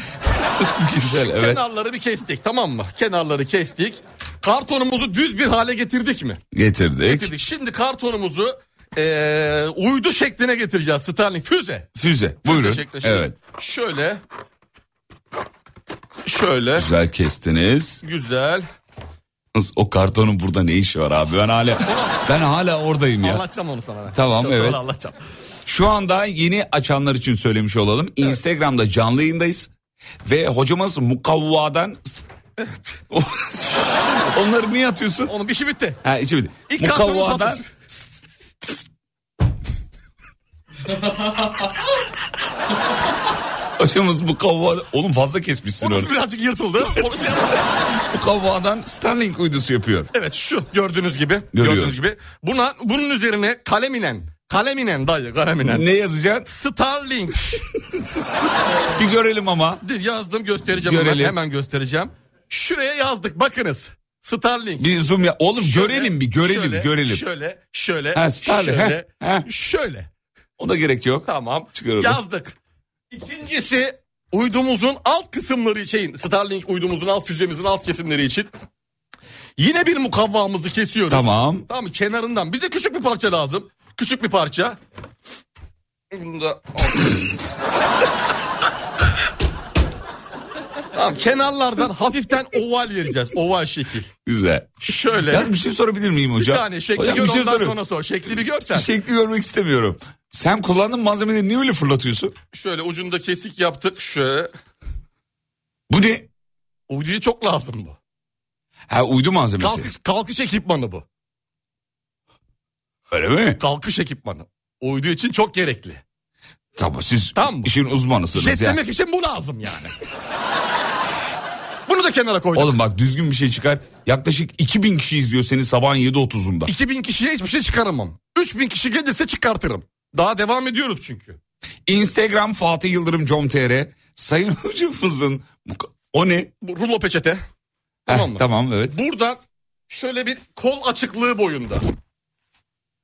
Speaker 4: Güzel evet.
Speaker 5: Kenarları bir kestik tamam mı? Kenarları kestik. Kartonumuzu düz bir hale getirdik mi?
Speaker 4: Getirdik.
Speaker 5: Getirdik. Şimdi kartonumuzu eee, uydu şekline getireceğiz. Starlink füze.
Speaker 4: Füze. Buyurun.
Speaker 5: Füze şekline. Şimdi
Speaker 4: Evet.
Speaker 5: Şöyle. Şöyle.
Speaker 4: Güzel kestiniz.
Speaker 5: Güzel.
Speaker 4: Yalnız O kartonun burada ne işi var abi? Ben hala ben hala oradayım ya.
Speaker 5: Anlatacağım onu sana. ben.
Speaker 4: Tamam,
Speaker 5: Sonra
Speaker 4: evet.
Speaker 5: Anlatacağım.
Speaker 4: Şu anda yeni açanlar için söylemiş olalım. Instagram'da canlı yayındayız. Ve hocamız mukavvadan... Onları niye atıyorsun?
Speaker 5: Onun işi bitti.
Speaker 4: Ha içi bitti.
Speaker 5: İlk kartonumuz
Speaker 4: Mukavvadan...
Speaker 5: hazır.
Speaker 4: Hocamız mukavva... Oğlum fazla kesmişsin onu.
Speaker 5: Burası birazcık yırtıldı. Onu-
Speaker 4: Mukavvadan Starlink uydusu yapıyor.
Speaker 5: evet şu gördüğünüz gibi.
Speaker 4: Görüyorum.
Speaker 5: Gördüğünüz gibi. Buna bunun üzerine kaleminen. Kaleminen dayı kaleminen.
Speaker 4: Ne yazacaksın?
Speaker 5: Starlink
Speaker 4: Bir görelim ama.
Speaker 5: yazdım göstereceğim hemen,
Speaker 4: Görelim.
Speaker 5: hemen göstereceğim. Şuraya yazdık bakınız. Starlink.
Speaker 4: Bir zoom ya. Oğlum
Speaker 5: Şöyle,
Speaker 4: görelim bir görelim
Speaker 5: şöyle,
Speaker 4: görelim.
Speaker 5: Şöyle şöyle
Speaker 4: Ha, Starlink,
Speaker 5: şöyle
Speaker 4: heh, heh.
Speaker 5: şöyle.
Speaker 4: Ona gerek yok.
Speaker 5: Tamam.
Speaker 4: Çıkaralım.
Speaker 5: Yazdık. İkincisi uydumuzun alt kısımları için Starlink uydumuzun alt füzemizin alt kesimleri için yine bir mukavvamızı kesiyoruz.
Speaker 4: Tamam.
Speaker 5: Tamam mı? kenarından bize küçük bir parça lazım. Küçük bir parça. Bunu da- tamam kenarlardan hafiften oval vereceğiz. Oval şekil.
Speaker 4: Güzel.
Speaker 5: Şöyle.
Speaker 4: Ya bir şey sorabilir miyim
Speaker 5: bir
Speaker 4: hocam?
Speaker 5: tane şekli
Speaker 4: Hocam
Speaker 5: gör
Speaker 4: bir şey
Speaker 5: ondan
Speaker 4: soruyorum.
Speaker 5: sonra sor. Şekli bir görsen.
Speaker 4: Şekli görmek istemiyorum. Sen kullandığın malzemeleri niye öyle fırlatıyorsun?
Speaker 5: Şöyle ucunda kesik yaptık. Şöyle.
Speaker 4: Bu ne?
Speaker 5: Uyduya çok lazım bu.
Speaker 4: Ha uydu malzemesi.
Speaker 5: Kalkış, kalkış ekipmanı bu.
Speaker 4: Öyle mi?
Speaker 5: Kalkış ekipmanı. Uydu için çok gerekli.
Speaker 4: Tamam siz
Speaker 5: Tamam.
Speaker 4: işin uzmanısınız ya.
Speaker 5: Jetlemek için bu lazım yani. Bunu da kenara koyduk.
Speaker 4: Oğlum bak düzgün bir şey çıkar. Yaklaşık 2000 kişi izliyor seni sabahın 7.30'unda.
Speaker 5: 2000 kişiye hiçbir şey çıkaramam. 3000 kişi gelirse çıkartırım. Daha devam ediyoruz çünkü.
Speaker 4: Instagram Fatih Yıldırım com.tr Sayın hocamızın bu ka- o ne?
Speaker 5: Bu rulo peçete.
Speaker 4: Tamam,
Speaker 5: Tamam mı?
Speaker 4: tamam evet.
Speaker 5: Buradan şöyle bir kol açıklığı boyunda.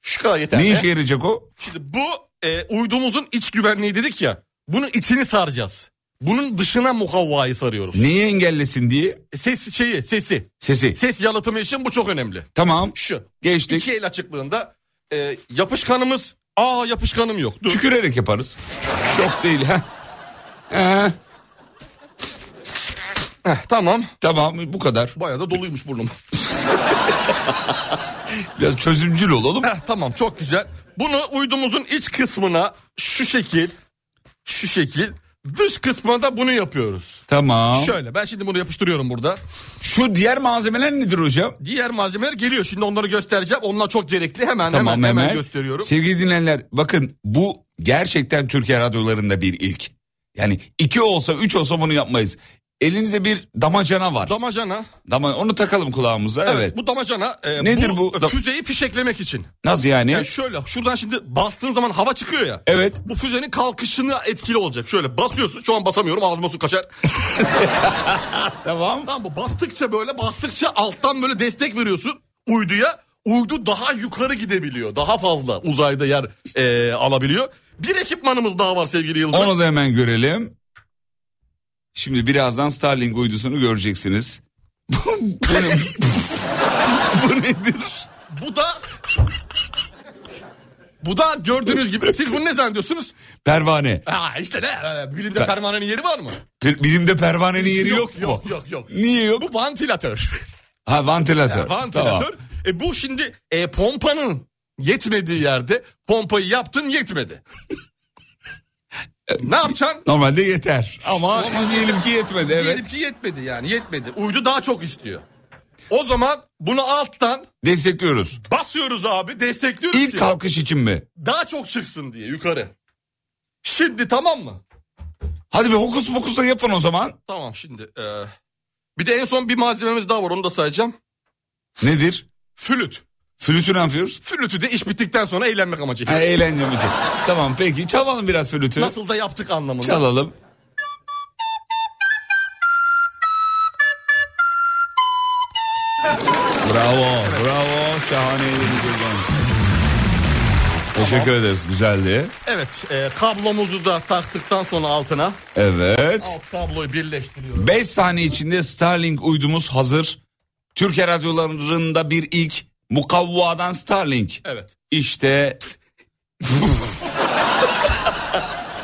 Speaker 5: Şu kadar yeterli.
Speaker 4: Ne işe yarayacak o?
Speaker 5: Şimdi bu e, uydumuzun iç güvenliği dedik ya. Bunun içini saracağız. Bunun dışına mukavvayı sarıyoruz.
Speaker 4: Neyi engellesin diye?
Speaker 5: Ses şeyi, sesi.
Speaker 4: Sesi.
Speaker 5: Ses yalıtımı için bu çok önemli.
Speaker 4: Tamam.
Speaker 5: Şu.
Speaker 4: Geçtik.
Speaker 5: İki el açıklığında e, yapışkanımız. Aa yapışkanım yok. Dur.
Speaker 4: Tükürerek yaparız. Şok değil ha. Ee,
Speaker 5: Tamam.
Speaker 4: tamam bu kadar.
Speaker 5: Bayağı da doluymuş burnum.
Speaker 4: Biraz çözümcül olalım.
Speaker 5: Heh, Eh, tamam çok güzel. Bunu uydumuzun iç kısmına şu şekil, şu şekil. Dış kısmına da bunu yapıyoruz.
Speaker 4: Tamam.
Speaker 5: Şöyle ben şimdi bunu yapıştırıyorum burada.
Speaker 4: Şu diğer malzemeler nedir hocam?
Speaker 5: Diğer malzemeler geliyor. Şimdi onları göstereceğim. Onlar çok gerekli. Hemen
Speaker 4: Tamam
Speaker 5: hemen, hemen
Speaker 4: Mehmet.
Speaker 5: gösteriyorum.
Speaker 4: Sevgili dinleyenler bakın bu gerçekten Türkiye radyolarında bir ilk. Yani iki olsa üç olsa bunu yapmayız. Elinizde bir damacana var.
Speaker 5: damacana.
Speaker 4: Dama onu takalım kulağımıza. Evet.
Speaker 5: Evet, bu damacana. e,
Speaker 4: Nedir bu? Da-
Speaker 5: Füzeyi fişeklemek için.
Speaker 4: Nasıl yani?
Speaker 5: Yani şöyle şuradan şimdi bastığın zaman hava çıkıyor ya.
Speaker 4: Evet.
Speaker 5: Bu füzenin kalkışını etkili olacak. Şöyle basıyorsun. Şu an basamıyorum ağzıma su kaçar.
Speaker 4: Tamam.
Speaker 5: Tamam bu bastıkça böyle bastıkça alttan böyle destek veriyorsun uyduya. Uydu daha yukarı gidebiliyor. Daha fazla uzayda yer eee, alabiliyor. Bir ekipmanımız daha var sevgili Yıldırım.
Speaker 4: Onu da hemen görelim. Şimdi birazdan Starlink uydusunu göreceksiniz. bu, ne- bu nedir?
Speaker 5: Bu da... Bu da gördüğünüz gibi siz bunu ne zannediyorsunuz?
Speaker 4: Pervane.
Speaker 5: Ha işte ne? Ee, Bilimde pervanenin yeri var mı?
Speaker 4: Per- Bilimde pervanenin yeri yok, mu?
Speaker 5: Yok yok yok.
Speaker 4: Niye yok?
Speaker 5: Bu vantilatör.
Speaker 4: Ha vantilatör.
Speaker 5: Vantilatör.
Speaker 4: Tamam.
Speaker 5: E bu şimdi e, pompanın yetmediği yerde pompayı yaptın yetmedi. Ne yapacaksın?
Speaker 4: Normalde yeter. Ama diyelim ki yetmedi evet.
Speaker 5: Diyelim ki yetmedi yani yetmedi. Uydu daha çok istiyor. O zaman bunu alttan
Speaker 4: Destekliyoruz.
Speaker 5: basıyoruz abi destekliyoruz
Speaker 4: İlk
Speaker 5: ki
Speaker 4: kalkış için mi?
Speaker 5: daha çok çıksın diye yukarı. Şimdi tamam mı?
Speaker 4: Hadi bir hokus pokus da yapın o zaman.
Speaker 5: Tamam şimdi. e, bir de en son bir malzememiz daha var onu da sayacağım.
Speaker 4: Nedir?
Speaker 5: Flüt.
Speaker 4: Flütü ne yapıyoruz?
Speaker 5: Flütü de iş bittikten sonra eğlenmek
Speaker 4: Ha,
Speaker 5: amacıyla.
Speaker 4: eğlence mi? tamam peki çalalım biraz flütü.
Speaker 5: Nasıl da yaptık anlamında.
Speaker 4: Çalalım. Bravo, bravo. Şahaneydi. Teşekkür ederiz. Güzeldi.
Speaker 5: Evet e, kablomuzu da taktıktan sonra altına.
Speaker 4: Evet.
Speaker 5: Alt kabloyu birleştiriyoruz.
Speaker 4: 5 saniye içinde Starlink uydumuz hazır. Türkiye radyolarında bir ilk mukavvadan Starlink.
Speaker 5: Evet.
Speaker 4: İşte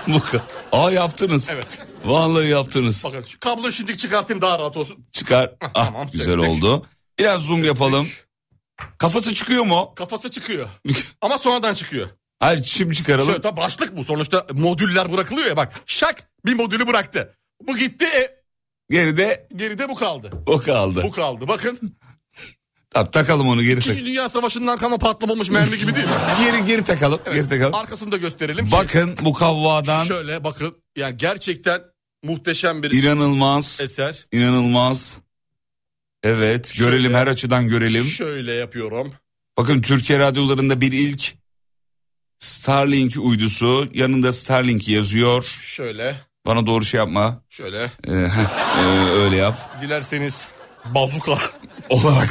Speaker 4: bu ka- Aa yaptınız.
Speaker 5: Evet.
Speaker 4: Vallahi yaptınız.
Speaker 5: Bakın şu kabloyu şimdi çıkartayım daha rahat olsun.
Speaker 4: Çıkar. Ah,
Speaker 5: tamam,
Speaker 4: güzel
Speaker 5: söktük.
Speaker 4: oldu. Biraz zoom yapalım. Kafası çıkıyor mu?
Speaker 5: Kafası çıkıyor. Ama sonradan çıkıyor.
Speaker 4: Hayır şimdi çıkaralım.
Speaker 5: Şöyle tabii başlık bu. Sonuçta modüller bırakılıyor ya bak. Şak bir modülü bıraktı. Bu gitti e,
Speaker 4: Geride
Speaker 5: geride bu kaldı.
Speaker 4: o kaldı.
Speaker 5: Bu kaldı. Bakın
Speaker 4: Tamam, takalım onu geri tak.
Speaker 5: İkinci Dünya Savaşı'ndan kama patlamamış mermi gibi değil mi?
Speaker 4: Geri geri takalım. Geri takalım.
Speaker 5: Arkasını da gösterelim ki
Speaker 4: Bakın mukavvadan
Speaker 5: şöyle bakın. Yani gerçekten muhteşem bir
Speaker 4: inanılmaz.
Speaker 5: eser.
Speaker 4: İnanılmaz. Evet
Speaker 5: Şöyle.
Speaker 4: görelim her açıdan görelim.
Speaker 5: Şöyle yapıyorum.
Speaker 4: Bakın Türkiye radyolarında bir ilk Starlink uydusu yanında Starlink yazıyor.
Speaker 5: Şöyle.
Speaker 4: Bana doğru şey yapma.
Speaker 5: Şöyle.
Speaker 4: Ee, heh, ee, öyle yap.
Speaker 5: Dilerseniz bazuka.
Speaker 4: Olarak.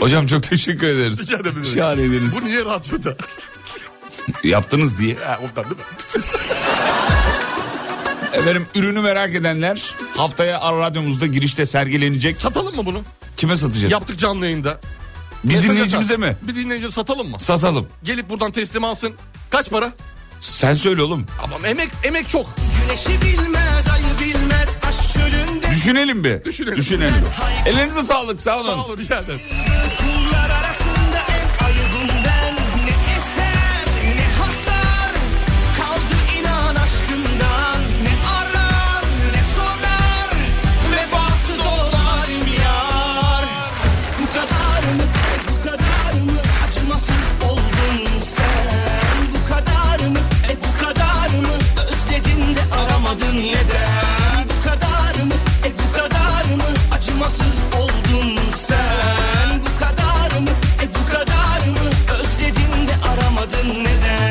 Speaker 4: Hocam çok teşekkür ederiz.
Speaker 5: Rica ederim.
Speaker 4: Şahaneydiniz.
Speaker 5: Bu niye radyoda?
Speaker 4: Yaptınız diye.
Speaker 5: Ha, ondan değil mi?
Speaker 4: Efendim ürünü merak edenler haftaya Ar Radyomuzda girişte sergilenecek.
Speaker 5: Satalım mı bunu?
Speaker 4: Kime satacağız?
Speaker 5: Yaptık canlı yayında.
Speaker 4: bir
Speaker 5: Mesaj
Speaker 4: dinleyicimize
Speaker 5: atar.
Speaker 4: mi?
Speaker 5: Bir dinleyicimize satalım mı?
Speaker 4: Satalım.
Speaker 5: Gelip buradan teslim alsın. Kaç para?
Speaker 4: Sen söyle oğlum.
Speaker 5: Ama emek emek çok.
Speaker 3: Güneşi bilmez, ayı bilmez, aşk çölünde
Speaker 4: Düşünelim bir.
Speaker 5: Düşünelim.
Speaker 4: Ellerinize sağlık sağ olun.
Speaker 5: Sağ olun rica ederim.
Speaker 3: Kullar arasında en ayıbım ben Ne eser ne hasar Kaldı inan aşkından Ne arar ne sorar Vefasız olayım yar Bu kadar mı bu kadar mı Acımasız oldun sen Bu kadar mı e bu kadar mı Özledin de aramadın neden Bu kadar mı e bu kadar mı Acımasız oldun sen Bu kadar mı e bu kadar mı Özledin de aramadın neden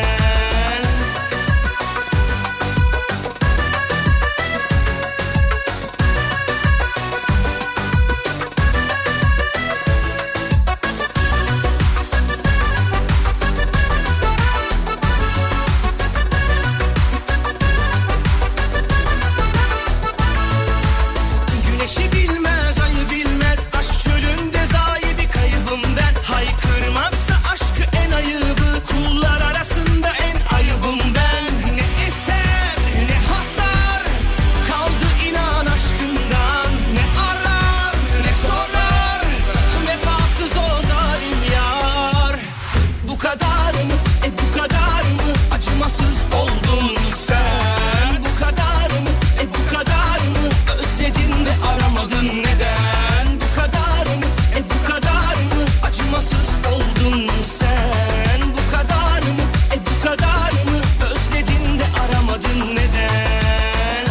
Speaker 3: Güneşi bilmez, ayı bilmez Aşk çölünde zayi bir kaybım ben Haykırmaksa aşkı en ayıbı Kullar arasında en ayıbım ben Ne eser, ne hasar Kaldı inan aşkından Ne arar, ne sorar Vefasız o zalim yar Bu kadar mı, e bu kadar mı Acımasız oldun sen Bu kadar mı, e bu kadar mı Özledin de aramadın neden Bu kadar mı, e bu kadar mı Acımasız oldun sen Bu kadar mı, e bu kadar mı Özledin de aramadın neden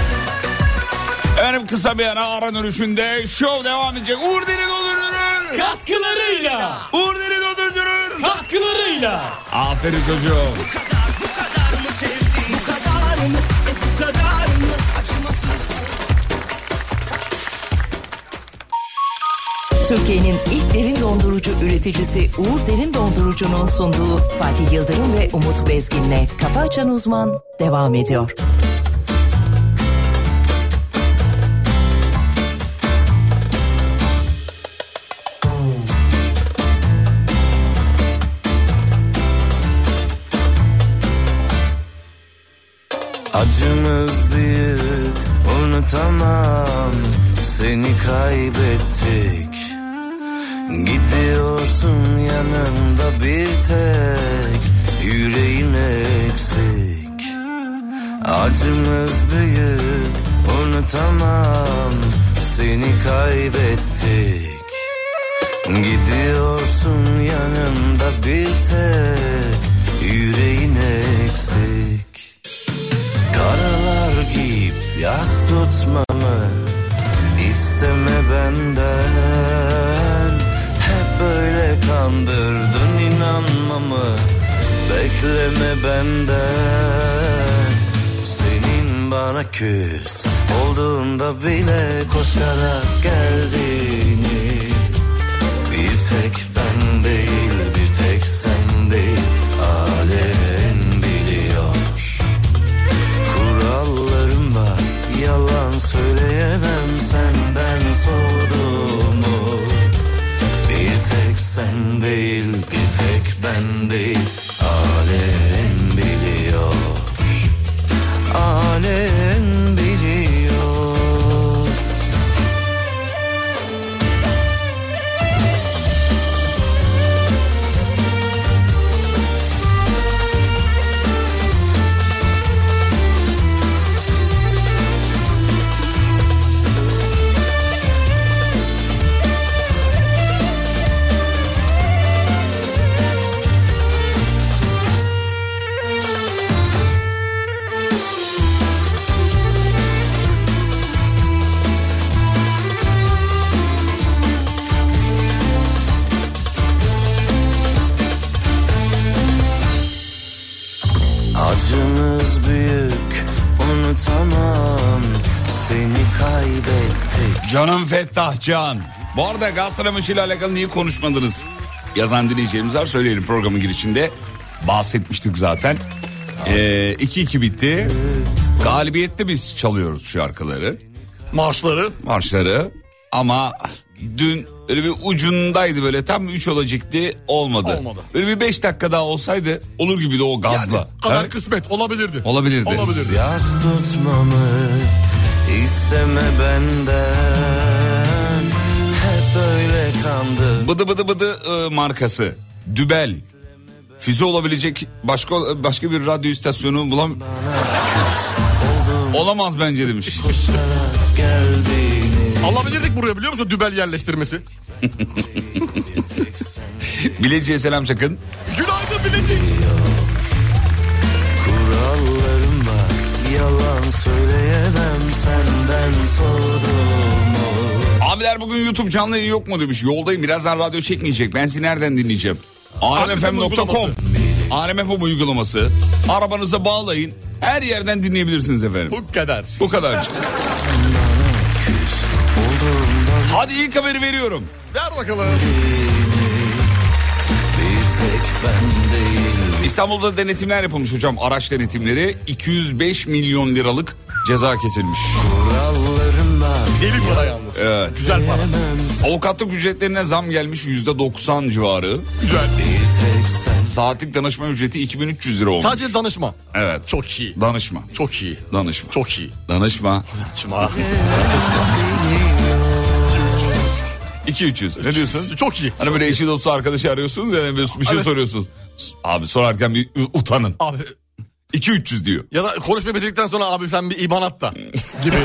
Speaker 4: Efendim kısa bir ara ara dönüşünde şov devam edecek. Uğur Derin Odurdurur.
Speaker 8: Katkılarıyla,
Speaker 4: Uğur Derin Odurdurur.
Speaker 8: katkılarıyla.
Speaker 4: Aferin çocuğum.
Speaker 3: Bu kadar mı sevdin Bu kadar mı, e bu kadar mı Acımasız
Speaker 6: Türkiye'nin ilk derin dondurucu üreticisi Uğur Derin Dondurucu'nun sunduğu Fatih Yıldırım ve Umut Bezgin'le Kafa Açan Uzman devam ediyor.
Speaker 9: Acımız büyük unutamam Seni kaybettik Gidiyorsun yanımda bir tek yüreğim eksik Acımız büyük unutamam seni kaybettik Gidiyorsun yanımda bir tek yüreğin eksik Karalar giyip yas tutmamı isteme benden Hep böyle kandırdın inanmamı Bekleme benden Senin bana küs olduğunda bile koşarak geldiğini Bir tek ben değil bir tek sen değil Alem biliyor Kurallarım var Yalan söyleyemem senden sorduğumu Bir tek sen değil bir tek ben değil Alem biliyor Alem biliyor Acımız büyük unutamam seni kaybettik
Speaker 4: Canım Fettah Can. Bu arada Galatasaray maçıyla alakalı niye konuşmadınız? Yazan dinleyicilerimiz var söyleyelim programın girişinde. Bahsetmiştik zaten. Ee, 2-2 bitti. Galibiyetle biz çalıyoruz şarkıları,
Speaker 5: Marşları.
Speaker 4: marşları. Ama dün öyle bir ucundaydı böyle tam 3 olacaktı olmadı.
Speaker 5: Olmadı.
Speaker 4: Böyle bir 5 dakika daha olsaydı olur gibi de o gazla.
Speaker 5: Yani kadar
Speaker 4: Ha?
Speaker 5: kısmet olabilirdi.
Speaker 4: Olabilirdi.
Speaker 5: Olabilirdi.
Speaker 9: Yaz tutmamı isteme benden Hep böyle kandım
Speaker 4: Bıdı bıdı bıdı e, markası. Dübel. Füze olabilecek başka e, başka bir radyo istasyonu bulam Olamaz bence demiş.
Speaker 9: koşarak geldiğini
Speaker 5: Alabilirdik buraya biliyor musun dübel yerleştirmesi?
Speaker 4: Bileciye selam çakın.
Speaker 5: Günaydın Bilecik.
Speaker 9: Kurallarım var yalan söyleyemem senden sorduğumu
Speaker 4: Abiler bugün YouTube canlı yayın yok mu demiş. Yoldayım birazdan radyo çekmeyecek. Ben sizi nereden dinleyeceğim? alemfm.com Alemfm uygulaması. Arabanıza bağlayın. Her yerden dinleyebilirsiniz efendim.
Speaker 5: Bu kadar.
Speaker 4: Bu kadar. Hadi ilk haberi veriyorum.
Speaker 5: Ver bakalım.
Speaker 9: Bir tek ben değil
Speaker 4: İstanbul'da denetimler yapılmış hocam. Araç denetimleri 205 milyon liralık ceza kesilmiş.
Speaker 9: kurallarım var
Speaker 5: Deli para yalnız.
Speaker 4: Evet.
Speaker 5: Güzel para.
Speaker 4: Avukatlık ücretlerine zam gelmiş %90 civarı.
Speaker 5: Güzel.
Speaker 9: bir tek sen
Speaker 4: Saatlik danışma ücreti 2300 lira olmuş.
Speaker 5: Sadece danışma.
Speaker 4: Evet.
Speaker 5: Çok iyi.
Speaker 4: Danışma.
Speaker 5: Çok iyi.
Speaker 4: Danışma.
Speaker 5: Çok iyi.
Speaker 4: Danışma.
Speaker 5: Danışma.
Speaker 4: 2-300. Ne diyorsun?
Speaker 5: Çok iyi.
Speaker 4: Hani böyle eşi dostu arkadaşı arıyorsunuz yani bir şey
Speaker 5: Evet.
Speaker 4: soruyorsunuz. Abi sorarken bir utanın.
Speaker 5: Abi
Speaker 4: 2-300 diyor.
Speaker 5: ya da konuşma bitirdikten sonra abi sen bir iban at da gibi.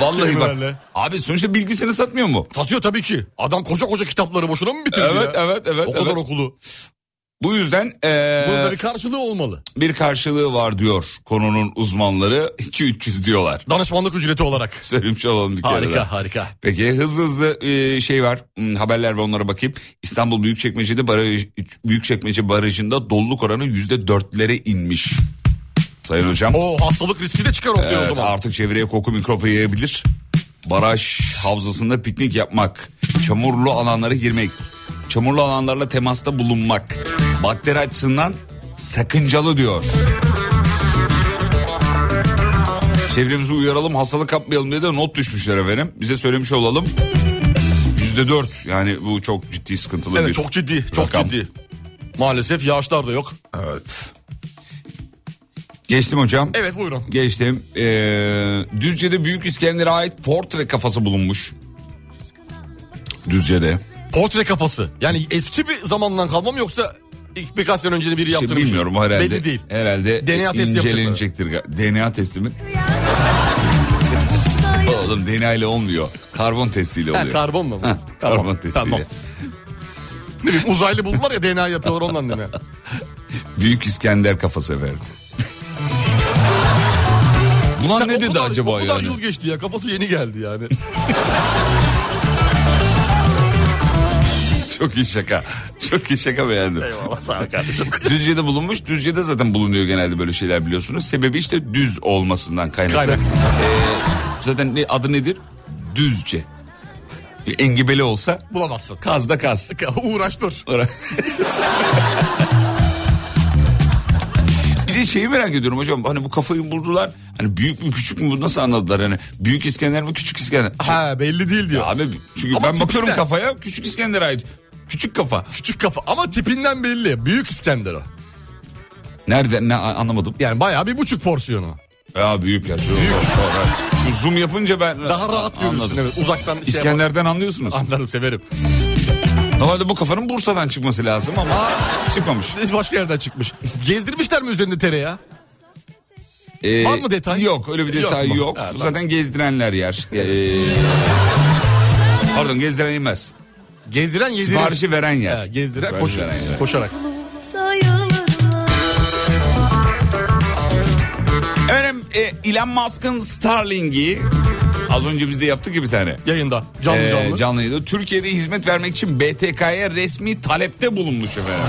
Speaker 4: Vallahi bak.
Speaker 5: Kelimelerle.
Speaker 4: Abi sonuçta bilgisini satmıyor mu?
Speaker 5: Satıyor tabii ki. Adam koca koca kitapları boşuna mı bitirdi
Speaker 4: Evet,
Speaker 5: ya?
Speaker 4: evet, evet,
Speaker 5: O kadar
Speaker 4: evet.
Speaker 5: okulu.
Speaker 4: Bu yüzden ee,
Speaker 5: Bunun da bir karşılığı olmalı.
Speaker 4: bir karşılığı var diyor konunun uzmanları. 2-300 diyorlar.
Speaker 5: Danışmanlık ücreti olarak.
Speaker 4: Söylemiş olalım bir kere daha.
Speaker 5: Harika harika.
Speaker 4: Peki hızlı hızlı e, şey var hmm, haberler ve onlara bakayım. İstanbul Büyükçekmece'de baraj, Büyükçekmece barajında doluluk oranı yüzde dörtlere inmiş. Sayın hocam
Speaker 5: O hastalık riski de çıkar ortaya o
Speaker 4: evet,
Speaker 5: zaman.
Speaker 4: artık çevreye koku mikrop yayabilir. Baraj havzasında piknik yapmak, çamurlu alanlara girmek, çamurlu alanlarla temasta bulunmak bakteri açısından sakıncalı diyor. Çevremizi uyaralım hastalık kapmayalım diye de not düşmüşler efendim. Bize söylemiş olalım. Yüzde dört yani bu çok ciddi sıkıntılı bir
Speaker 5: Evet çok ciddi çok
Speaker 4: rakam.
Speaker 5: ciddi. Maalesef yağışlar da yok.
Speaker 4: Evet. Geçtim hocam.
Speaker 5: Evet buyurun.
Speaker 4: Geçtim. Ee, Düzce'de Büyük İskender'e ait portre kafası bulunmuş. Düzce'de.
Speaker 5: Portre kafası. Yani eski bir zamandan kalma mı yoksa İlk birkaç sene önce de biri
Speaker 4: İşte
Speaker 5: yaptırmış.
Speaker 4: bilmiyorum herhalde.
Speaker 5: Belli değil.
Speaker 4: Herhalde
Speaker 5: DNA testi
Speaker 4: incelenecektir. DNA testi mi? Oğlum DNA ile olmuyor. Karbon testiyle oluyor.
Speaker 5: Ha, karbon mu? bu?
Speaker 4: Ha, karbon
Speaker 5: Tamam,
Speaker 4: testiyle.
Speaker 5: Tamam. Ne bileyim, uzaylı buldular ya DNA yapıyorlar ondan dene.
Speaker 4: Büyük İskender kafası efendim. Ulan ne dedi acaba
Speaker 5: O kadar
Speaker 4: yani?
Speaker 5: yıl geçti ya kafası yeni geldi yani.
Speaker 4: Çok iyi şaka. Çok iyi şaka beğendim. Eyvallah sağ kardeşim. Düzce'de bulunmuş. Düzce'de zaten bulunuyor genelde böyle şeyler biliyorsunuz. Sebebi işte düz olmasından kaynaklı.
Speaker 5: Kaynak.
Speaker 4: Ee, zaten ne, adı nedir? Düzce. Bir engebeli olsa
Speaker 5: Bulamazsın.
Speaker 4: kaz da kaz.
Speaker 5: Uğraş dur.
Speaker 4: bir de şeyi merak ediyorum hocam. Hani bu kafayı buldular. Hani büyük mü küçük mü bu nasıl anladılar? Hani büyük İskender mi küçük İskender?
Speaker 5: Ha belli değil diyor.
Speaker 4: Abi çünkü
Speaker 5: Ama
Speaker 4: ben bakıyorum
Speaker 5: tipinden.
Speaker 4: kafaya küçük İskender'e ait. Küçük kafa.
Speaker 5: Küçük kafa ama tipinden belli. Büyük İskender o.
Speaker 4: Nerede ne anlamadım.
Speaker 5: Yani bayağı bir buçuk porsiyonu.
Speaker 4: Ya büyük ya. Şu, şu- şu- Zoom yapınca ben
Speaker 5: Daha rahat görürsün
Speaker 4: Anladım.
Speaker 5: evet. Uzaktan şey yapar-
Speaker 4: İskender'den anlıyorsunuz.
Speaker 5: Anlarım severim.
Speaker 4: Normalde bu kafanın Bursa'dan çıkması lazım ama çıkmamış.
Speaker 5: Hiç başka yerden çıkmış. Gezdirmişler mi üzerinde tereyağı?
Speaker 4: Ee,
Speaker 5: Var mı detay?
Speaker 4: Yok öyle bir
Speaker 5: Yok
Speaker 4: detay
Speaker 5: mu?
Speaker 4: yok.
Speaker 5: Ha, tamam.
Speaker 4: Zaten gezdirenler yer. Ee, pardon gezdiren yemez.
Speaker 5: Gezdiren yedirir.
Speaker 4: Siparişi veren yer.
Speaker 5: Ha, gezdiren
Speaker 4: Siparişi
Speaker 5: koş,
Speaker 4: veren yer.
Speaker 5: koşarak.
Speaker 4: Efendim e, Elon Musk'ın Starlink'i az önce biz de yaptık ya bir tane.
Speaker 5: Yayında canlı
Speaker 4: Ee,
Speaker 5: canlı.
Speaker 4: canlıydı. Türkiye'de hizmet vermek için BTK'ya resmi talepte bulunmuş efendim.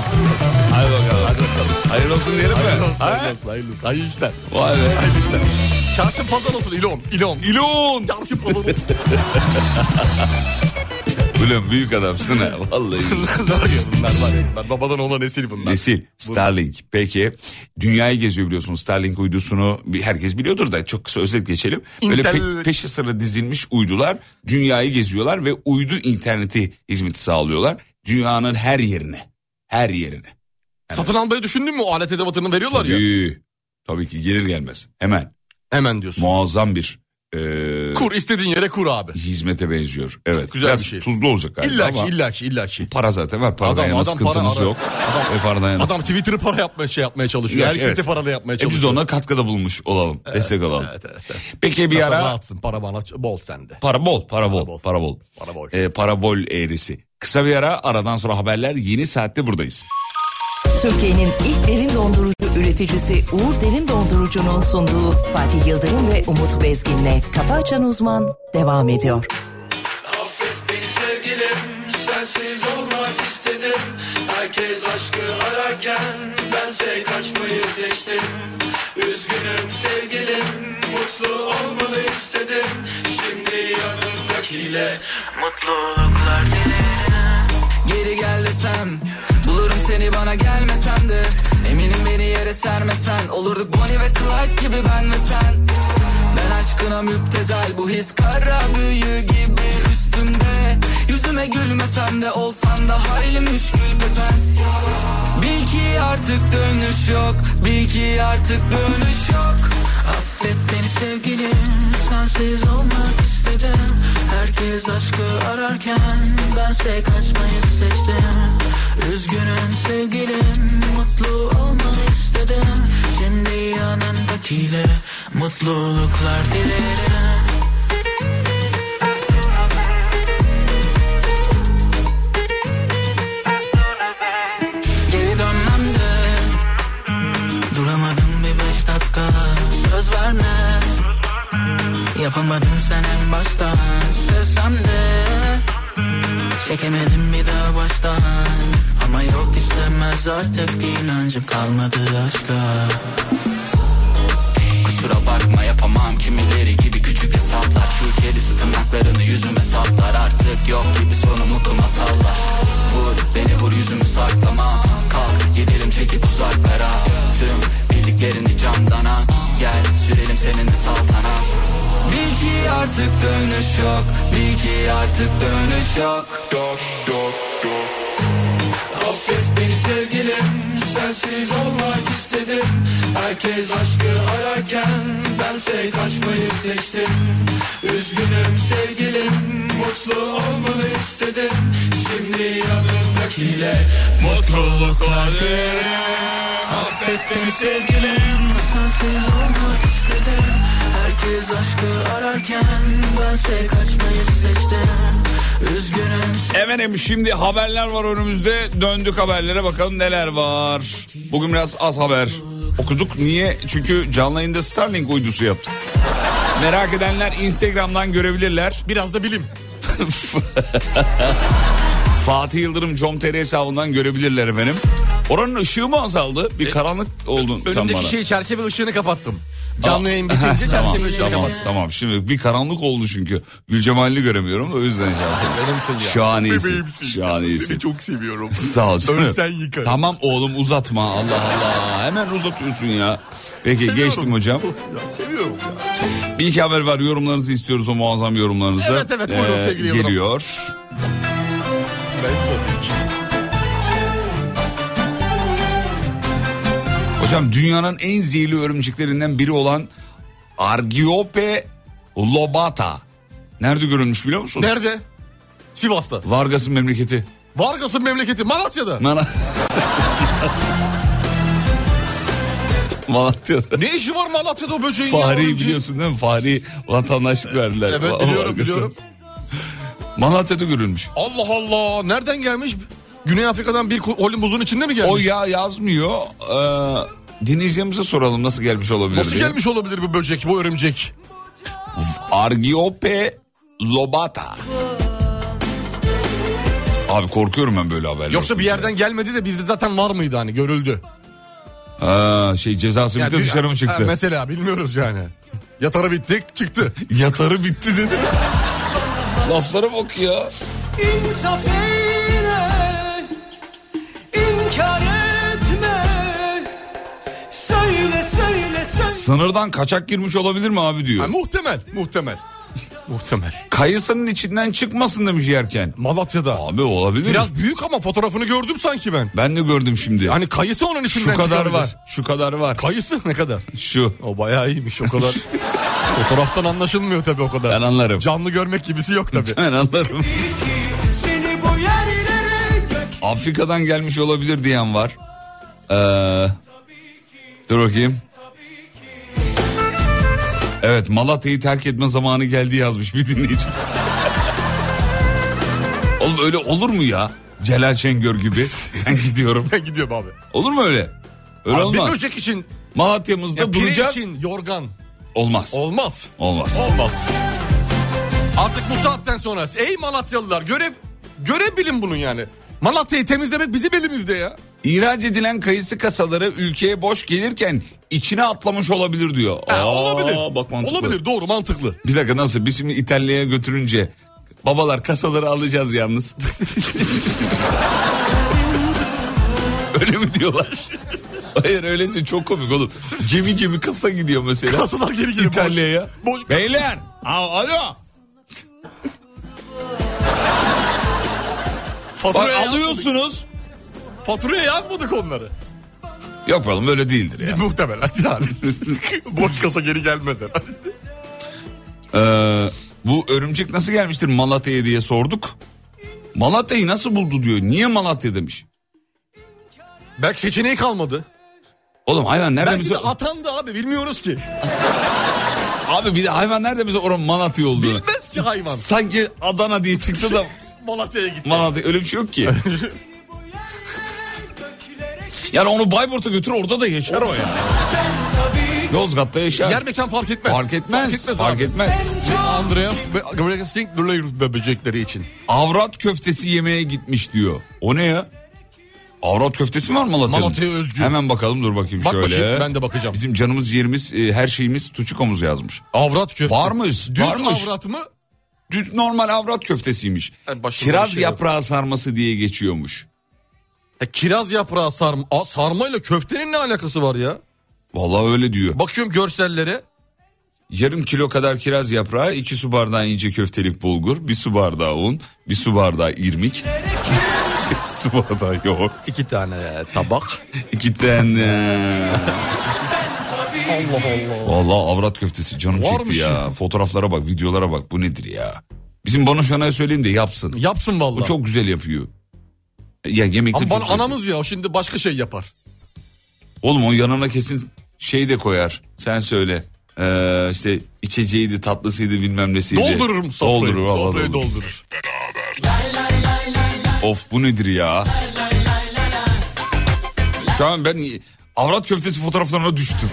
Speaker 4: Hadi bakalım. Hayırlı olsun diyelim mi?
Speaker 5: Hayırlı olsun,
Speaker 4: Ha?
Speaker 5: hayırlı olsun, hayırlı olsun. Hayırlı işler.
Speaker 4: Vay be.
Speaker 5: Hayırlı işler. Çarşı pazar olsun İlon. İlon.
Speaker 4: İlon.
Speaker 5: Çarşı pazar olsun.
Speaker 4: Ulan büyük adamsın ha. Vallahi.
Speaker 5: Bunlar var ya, bunlar var ya, bunlar. Babadan olan nesil bunlar.
Speaker 4: Nesil Starlink. Peki dünyayı geziyor biliyorsunuz Starlink uydusunu bir- herkes biliyordur da çok kısa özet geçelim. Böyle
Speaker 5: İnter-
Speaker 4: pe- peşi sıra dizilmiş uydular dünyayı geziyorlar ve uydu interneti hizmeti sağlıyorlar. Dünyanın her yerine. Her yerine.
Speaker 5: Satın almayı düşündün mü o alet edevatını veriyorlar ya.
Speaker 4: Tabii, tabii ki gelir gelmez. Hemen
Speaker 5: Hemen diyorsun.
Speaker 4: muazzam bir e,
Speaker 5: Kur istediğin yere kur abi.
Speaker 4: hizmete benziyor. Evet.
Speaker 5: güzel
Speaker 4: Biraz
Speaker 5: bir şey.
Speaker 4: Tuzlu olacak galiba
Speaker 5: İlla ki
Speaker 4: ama
Speaker 5: illa ki illa ki.
Speaker 4: para zaten var. Paradan
Speaker 5: Adam-
Speaker 4: yana
Speaker 5: adam para
Speaker 4: sıkıntımız
Speaker 5: ara-
Speaker 4: yok. E,
Speaker 5: adam-
Speaker 4: Ve paradan yana
Speaker 5: Adam Twitter'ı para yapmaya şey yapmaya çalışıyor.
Speaker 4: Yok,
Speaker 5: Herkesi
Speaker 4: evet.
Speaker 5: paralı yapmaya
Speaker 4: E biz
Speaker 5: çalışıyor.
Speaker 4: de ona katkıda bulunmuş olalım. destek olalım.
Speaker 5: Evet, evet, evet.
Speaker 4: Peki bir
Speaker 5: Kafa
Speaker 4: ara
Speaker 5: rahatsın para bana bol sende.
Speaker 4: para bol, para
Speaker 5: bol.
Speaker 4: bol, para bol.
Speaker 5: Para bol.
Speaker 4: Ee, parabol eğrisi. Kısa bir ara aradan sonra haberler yeni saatte buradayız.
Speaker 6: Türkiye'nin ilk derin dondurucu üreticisi Uğur Derin Dondurucu'nun sunduğu Fatih Yıldırım ve Umut Bezgin'le Kafa Açan Uzman devam ediyor.
Speaker 10: Affet beni sevgilim Sensiz olmak istedim Herkes aşkı ararken Bense kaçmayı seçtim Üzgünüm sevgilim Mutlu olmanı istedim Şimdi yanımdakiyle Mutluluklar
Speaker 3: Geri gel desem Bulurum seni bana gelmesem de Eminim beni yere sermesen Olurduk Bonnie ve Clyde gibi ben ve sen Ben aşkına müptezel Bu his kara büyü gibi üstümde Yüzüme gülmesen de olsan da Hayli müşkül pezent Bil ki artık dönüş yok Bil ki artık dönüş yok
Speaker 11: Affet beni sevgilim Sensiz olmak istedim Herkes aşkı ararken Bense kaçmayı seçtim Üzgünüm sevgilim Mutlu olmanı istedim Şimdi yanındakiyle Mutluluklar dilerim
Speaker 3: Geri dönmem de Duramadım bir beş dakika Söz verme Yapamadın sen en baştan Sevsem de Çekemedim bir daha baştan Ama yok istemez artık inancım kalmadı aşka Kusura bakma yapamam kimileri gibi küçük hesaplar Şu kedisi tırnaklarını yüzüme saplar Artık yok gibi sonu mutlu masallar Vur beni vur yüzümü saklama Kalk gidelim çekip uzaklara Tüm bildiklerini camdan at Gel sürelim seninle saltanat Bil ki artık dönüş yok Bil ki artık dönüş yok
Speaker 10: Affet beni sevgilim Sensiz olmak istedim Herkes aşkı ararken Bense kaçmayı seçtim Üzgünüm sevgilim Mutlu olmanı istedim Şimdi yanımdaki
Speaker 12: ile mutluluklar dilerim Affet beni sevgilim sensiz olmak istedim Herkes aşkı ararken bense kaçmayı seçtim Üzgünüm
Speaker 4: Efendim şimdi haberler var önümüzde. Döndük haberlere bakalım neler var. Bugün biraz az haber okuduk. Niye? Çünkü canlı yayında Starlink uydusu yaptık. Merak edenler Instagram'dan görebilirler.
Speaker 5: Biraz da bilim.
Speaker 4: Fatih Yıldırım com.tr hesabından görebilirler efendim. Oranın ışığı mı azaldı? Bir karanlık oldun sen bana.
Speaker 5: Önümdeki şey çerçeve ışığını kapattım. Canlı yayın bitince çerçeve
Speaker 4: tamam,
Speaker 5: ışığını
Speaker 4: tamam,
Speaker 5: kapattım.
Speaker 4: tamam. Şimdi bir karanlık oldu çünkü. Gülcemal'i göremiyorum da o yüzden. şey
Speaker 5: Benimsin ya.
Speaker 4: Şu an iyisin.
Speaker 5: Bebeğimsin
Speaker 4: Şu an iyisin.
Speaker 5: Seni çok seviyorum.
Speaker 4: Sağ ol. canım.
Speaker 5: Ölsen yıkarım.
Speaker 4: Tamam oğlum uzatma Allah Allah. Hemen uzatıyorsun ya. Peki geçtim hocam.
Speaker 5: Ya seviyorum ya.
Speaker 4: Bir iki haber var yorumlarınızı istiyoruz o muazzam yorumlarınızı.
Speaker 5: Evet, evet, buyurun sevgili Yıldırım.
Speaker 4: Geliyor.
Speaker 5: Ben tabii ki.
Speaker 4: Hocam dünyanın en zehirli örümceklerinden biri olan Argiope lobata. Nerede görülmüş biliyor musun?
Speaker 5: Nerede? Sivas'ta.
Speaker 4: Vargas'ın memleketi.
Speaker 5: Vargas'ın memleketi Malatya'da.
Speaker 4: Mana- Malatya'da.
Speaker 5: Ne işi var Malatya'da o böceğin ya?
Speaker 4: Fareyi
Speaker 5: Örümceğin.
Speaker 4: biliyorsun değil mi? Fareyi vatandaşlık verdiler.
Speaker 5: Evet
Speaker 4: Va-
Speaker 5: biliyorum
Speaker 4: Vargas'a.
Speaker 5: biliyorum.
Speaker 4: Malatya'da görülmüş.
Speaker 5: Allah Allah nereden gelmiş? Güney Afrika'dan bir kolin buzun içinde mi gelmiş?
Speaker 4: O ya yazmıyor. Ee, dinleyicilerimize soralım nasıl gelmiş olabilir
Speaker 5: Nasıl
Speaker 4: diye.
Speaker 5: gelmiş olabilir bu böcek, bu örümcek?
Speaker 4: Argiope lobata. Abi korkuyorum ben böyle haberler.
Speaker 5: Yoksa bir
Speaker 4: okuyunca.
Speaker 5: yerden gelmedi de bizde zaten var mıydı hani görüldü?
Speaker 4: Ha, şey cezası bitti
Speaker 5: bir-
Speaker 4: dışarı mı
Speaker 5: Ha,
Speaker 4: çıktı?
Speaker 5: mesela bilmiyoruz yani. Yatarı bittik çıktı.
Speaker 4: Yatarı bitti dedi. Laflara bak ya.
Speaker 3: İnsaf eyle İnkar etme Söyle söyle söyle
Speaker 4: Sınırdan kaçak girmiş olabilir mi abi diyor.
Speaker 5: Ha, muhtemel muhtemel. muhtemel.
Speaker 4: Kayısının içinden çıkmasın demiş yerken.
Speaker 5: Malatya'da.
Speaker 4: Abi olabilir.
Speaker 5: Biraz büyük ama fotoğrafını gördüm sanki ben.
Speaker 4: Ben de gördüm şimdi.
Speaker 5: Hani kayısı onun içinden
Speaker 4: şu kadar
Speaker 5: çıkabilir.
Speaker 4: var. Şu kadar var.
Speaker 5: Kayısı ne kadar?
Speaker 4: Şu.
Speaker 5: O bayağı iyiymiş o kadar. Fotoğraftan anlaşılmıyor tabii o kadar.
Speaker 4: Ben anlarım.
Speaker 5: Canlı görmek gibisi yok tabii.
Speaker 4: Ben anlarım.
Speaker 3: Seni bu yerlere gök
Speaker 4: Afrika'dan gelmiş olabilir diyen var. Ee, dur bakayım. Evet Malatya'yı terk etme zamanı geldi yazmış bir dinleyicimiz. Oğlum öyle olur mu ya? Celal Şengör gibi. Ben gidiyorum.
Speaker 5: Ben gidiyorum abi.
Speaker 4: Olur mu öyle? Öyle
Speaker 5: Abi bir
Speaker 4: olmaz.
Speaker 5: böcek için,
Speaker 4: Malatya'mızda
Speaker 5: ya pire
Speaker 4: duracağız.
Speaker 5: için yorgan
Speaker 4: Olmaz.
Speaker 5: olmaz.
Speaker 4: Olmaz.
Speaker 5: Olmaz. Artık bu saatten sonra ey Malatyalılar görev görev bilin bunun yani. Malatya'yı temizlemek bizim elimizde ya.
Speaker 4: İhraç edilen kayısı kasaları ülkeye boş gelirken içine atlamış olabilir diyor.
Speaker 5: Ha,
Speaker 4: Aa,
Speaker 5: olabilir.
Speaker 4: Bak mantıklı.
Speaker 5: olabilir doğru mantıklı.
Speaker 4: Bir dakika nasıl? Biz şimdi İtalya'ya götürünce babalar kasaları alacağız yalnız. Öyle mi diyorlar? Hayır öylesi çok komik oğlum. Gemi gemi kasa gidiyor mesela.
Speaker 5: Kasalar geri geliyor. boş.
Speaker 4: İtalya'ya.
Speaker 5: Boş, boş
Speaker 4: Beyler. Alo. alo. Bak
Speaker 5: faturaya, alıyorsun.
Speaker 4: alıyorsunuz.
Speaker 5: faturaya yazmadık onları.
Speaker 4: Yok oğlum öyle değildir ya.
Speaker 5: Muhtemelen yani. boş kasa geri gelmez herhalde.
Speaker 4: Ee, bu örümcek nasıl gelmiştir Malatya'ya diye sorduk. Malatya'yı nasıl buldu diyor. Niye Malatya demiş.
Speaker 5: Belki seçeneği kalmadı.
Speaker 4: Oğlum hayvan nerede
Speaker 5: Belki
Speaker 4: bize...
Speaker 5: de atandı abi bilmiyoruz ki.
Speaker 4: Abi bir de hayvan nerede bize oranın Malatya olduğunu.
Speaker 5: Bilmez ki hayvan.
Speaker 4: Sanki Adana diye çıktı da
Speaker 5: Malatya'ya gitti.
Speaker 4: Malatya öyle bir şey yok ki. yani onu Bayburt'a götür orada da yaşar o ya. Yozgat'ta yaşar.
Speaker 5: Yer mekan fark etmez.
Speaker 4: Fark etmez. Fark etmez.
Speaker 5: abi. Andreas Bregasink böcekleri için.
Speaker 4: Avrat köftesi yemeye gitmiş diyor. O ne ya? Avrat köftesi mi var Malatya'nın?
Speaker 5: Malatya'ya özgü.
Speaker 4: Hemen bakalım dur bakayım
Speaker 5: Bak
Speaker 4: şöyle.
Speaker 5: bakayım, ben de bakacağım.
Speaker 4: Bizim canımız yerimiz e, her şeyimiz tuçukomuz yazmış.
Speaker 5: Avrat köftesi.
Speaker 4: Var mıyız?
Speaker 5: Düz
Speaker 4: Varmış.
Speaker 5: avrat mı?
Speaker 4: Düz normal avrat köftesiymiş.
Speaker 5: Yani başında
Speaker 4: Kiraz
Speaker 5: bir şey yok.
Speaker 4: yaprağı sarması diye geçiyormuş.
Speaker 5: E, kiraz yaprağı sarma. Aa, sarmayla köftenin ne alakası var ya?
Speaker 4: Vallahi öyle diyor.
Speaker 5: Bakıyorum görsellere.
Speaker 4: Yarım kilo kadar kiraz yaprağı, iki su bardağı ince köftelik bulgur, bir su bardağı un, bir su bardağı irmik, bir su bardağı yoğurt,
Speaker 5: iki tane tabak.
Speaker 4: iki tane. Vallahi avrat köftesi canım
Speaker 5: Varmış
Speaker 4: çekti ya.
Speaker 5: ya.
Speaker 4: Fotoğraflara bak, videolara bak. Bu nedir ya? Bizim Banu Şanay'a söyleyeyim de yapsın.
Speaker 5: Yapsın vallahi.
Speaker 4: O çok güzel yapıyor. Ya yemekte
Speaker 5: Ama
Speaker 4: çok
Speaker 5: bana
Speaker 4: seviyorum.
Speaker 5: anamız ya o şimdi başka şey yapar.
Speaker 4: Oğlum o yanına kesin şey de koyar. Sen söyle. Ee, işte içeceğiydi, tatlısıydı bilmem nesiydi.
Speaker 5: Doldururum sofrayı.
Speaker 4: Doldurur, valla
Speaker 5: sofrayı
Speaker 4: doldurur.
Speaker 5: doldurur.
Speaker 4: Of bu nedir ya? Şu an ben avrat köftesi fotoğraflarına düştüm.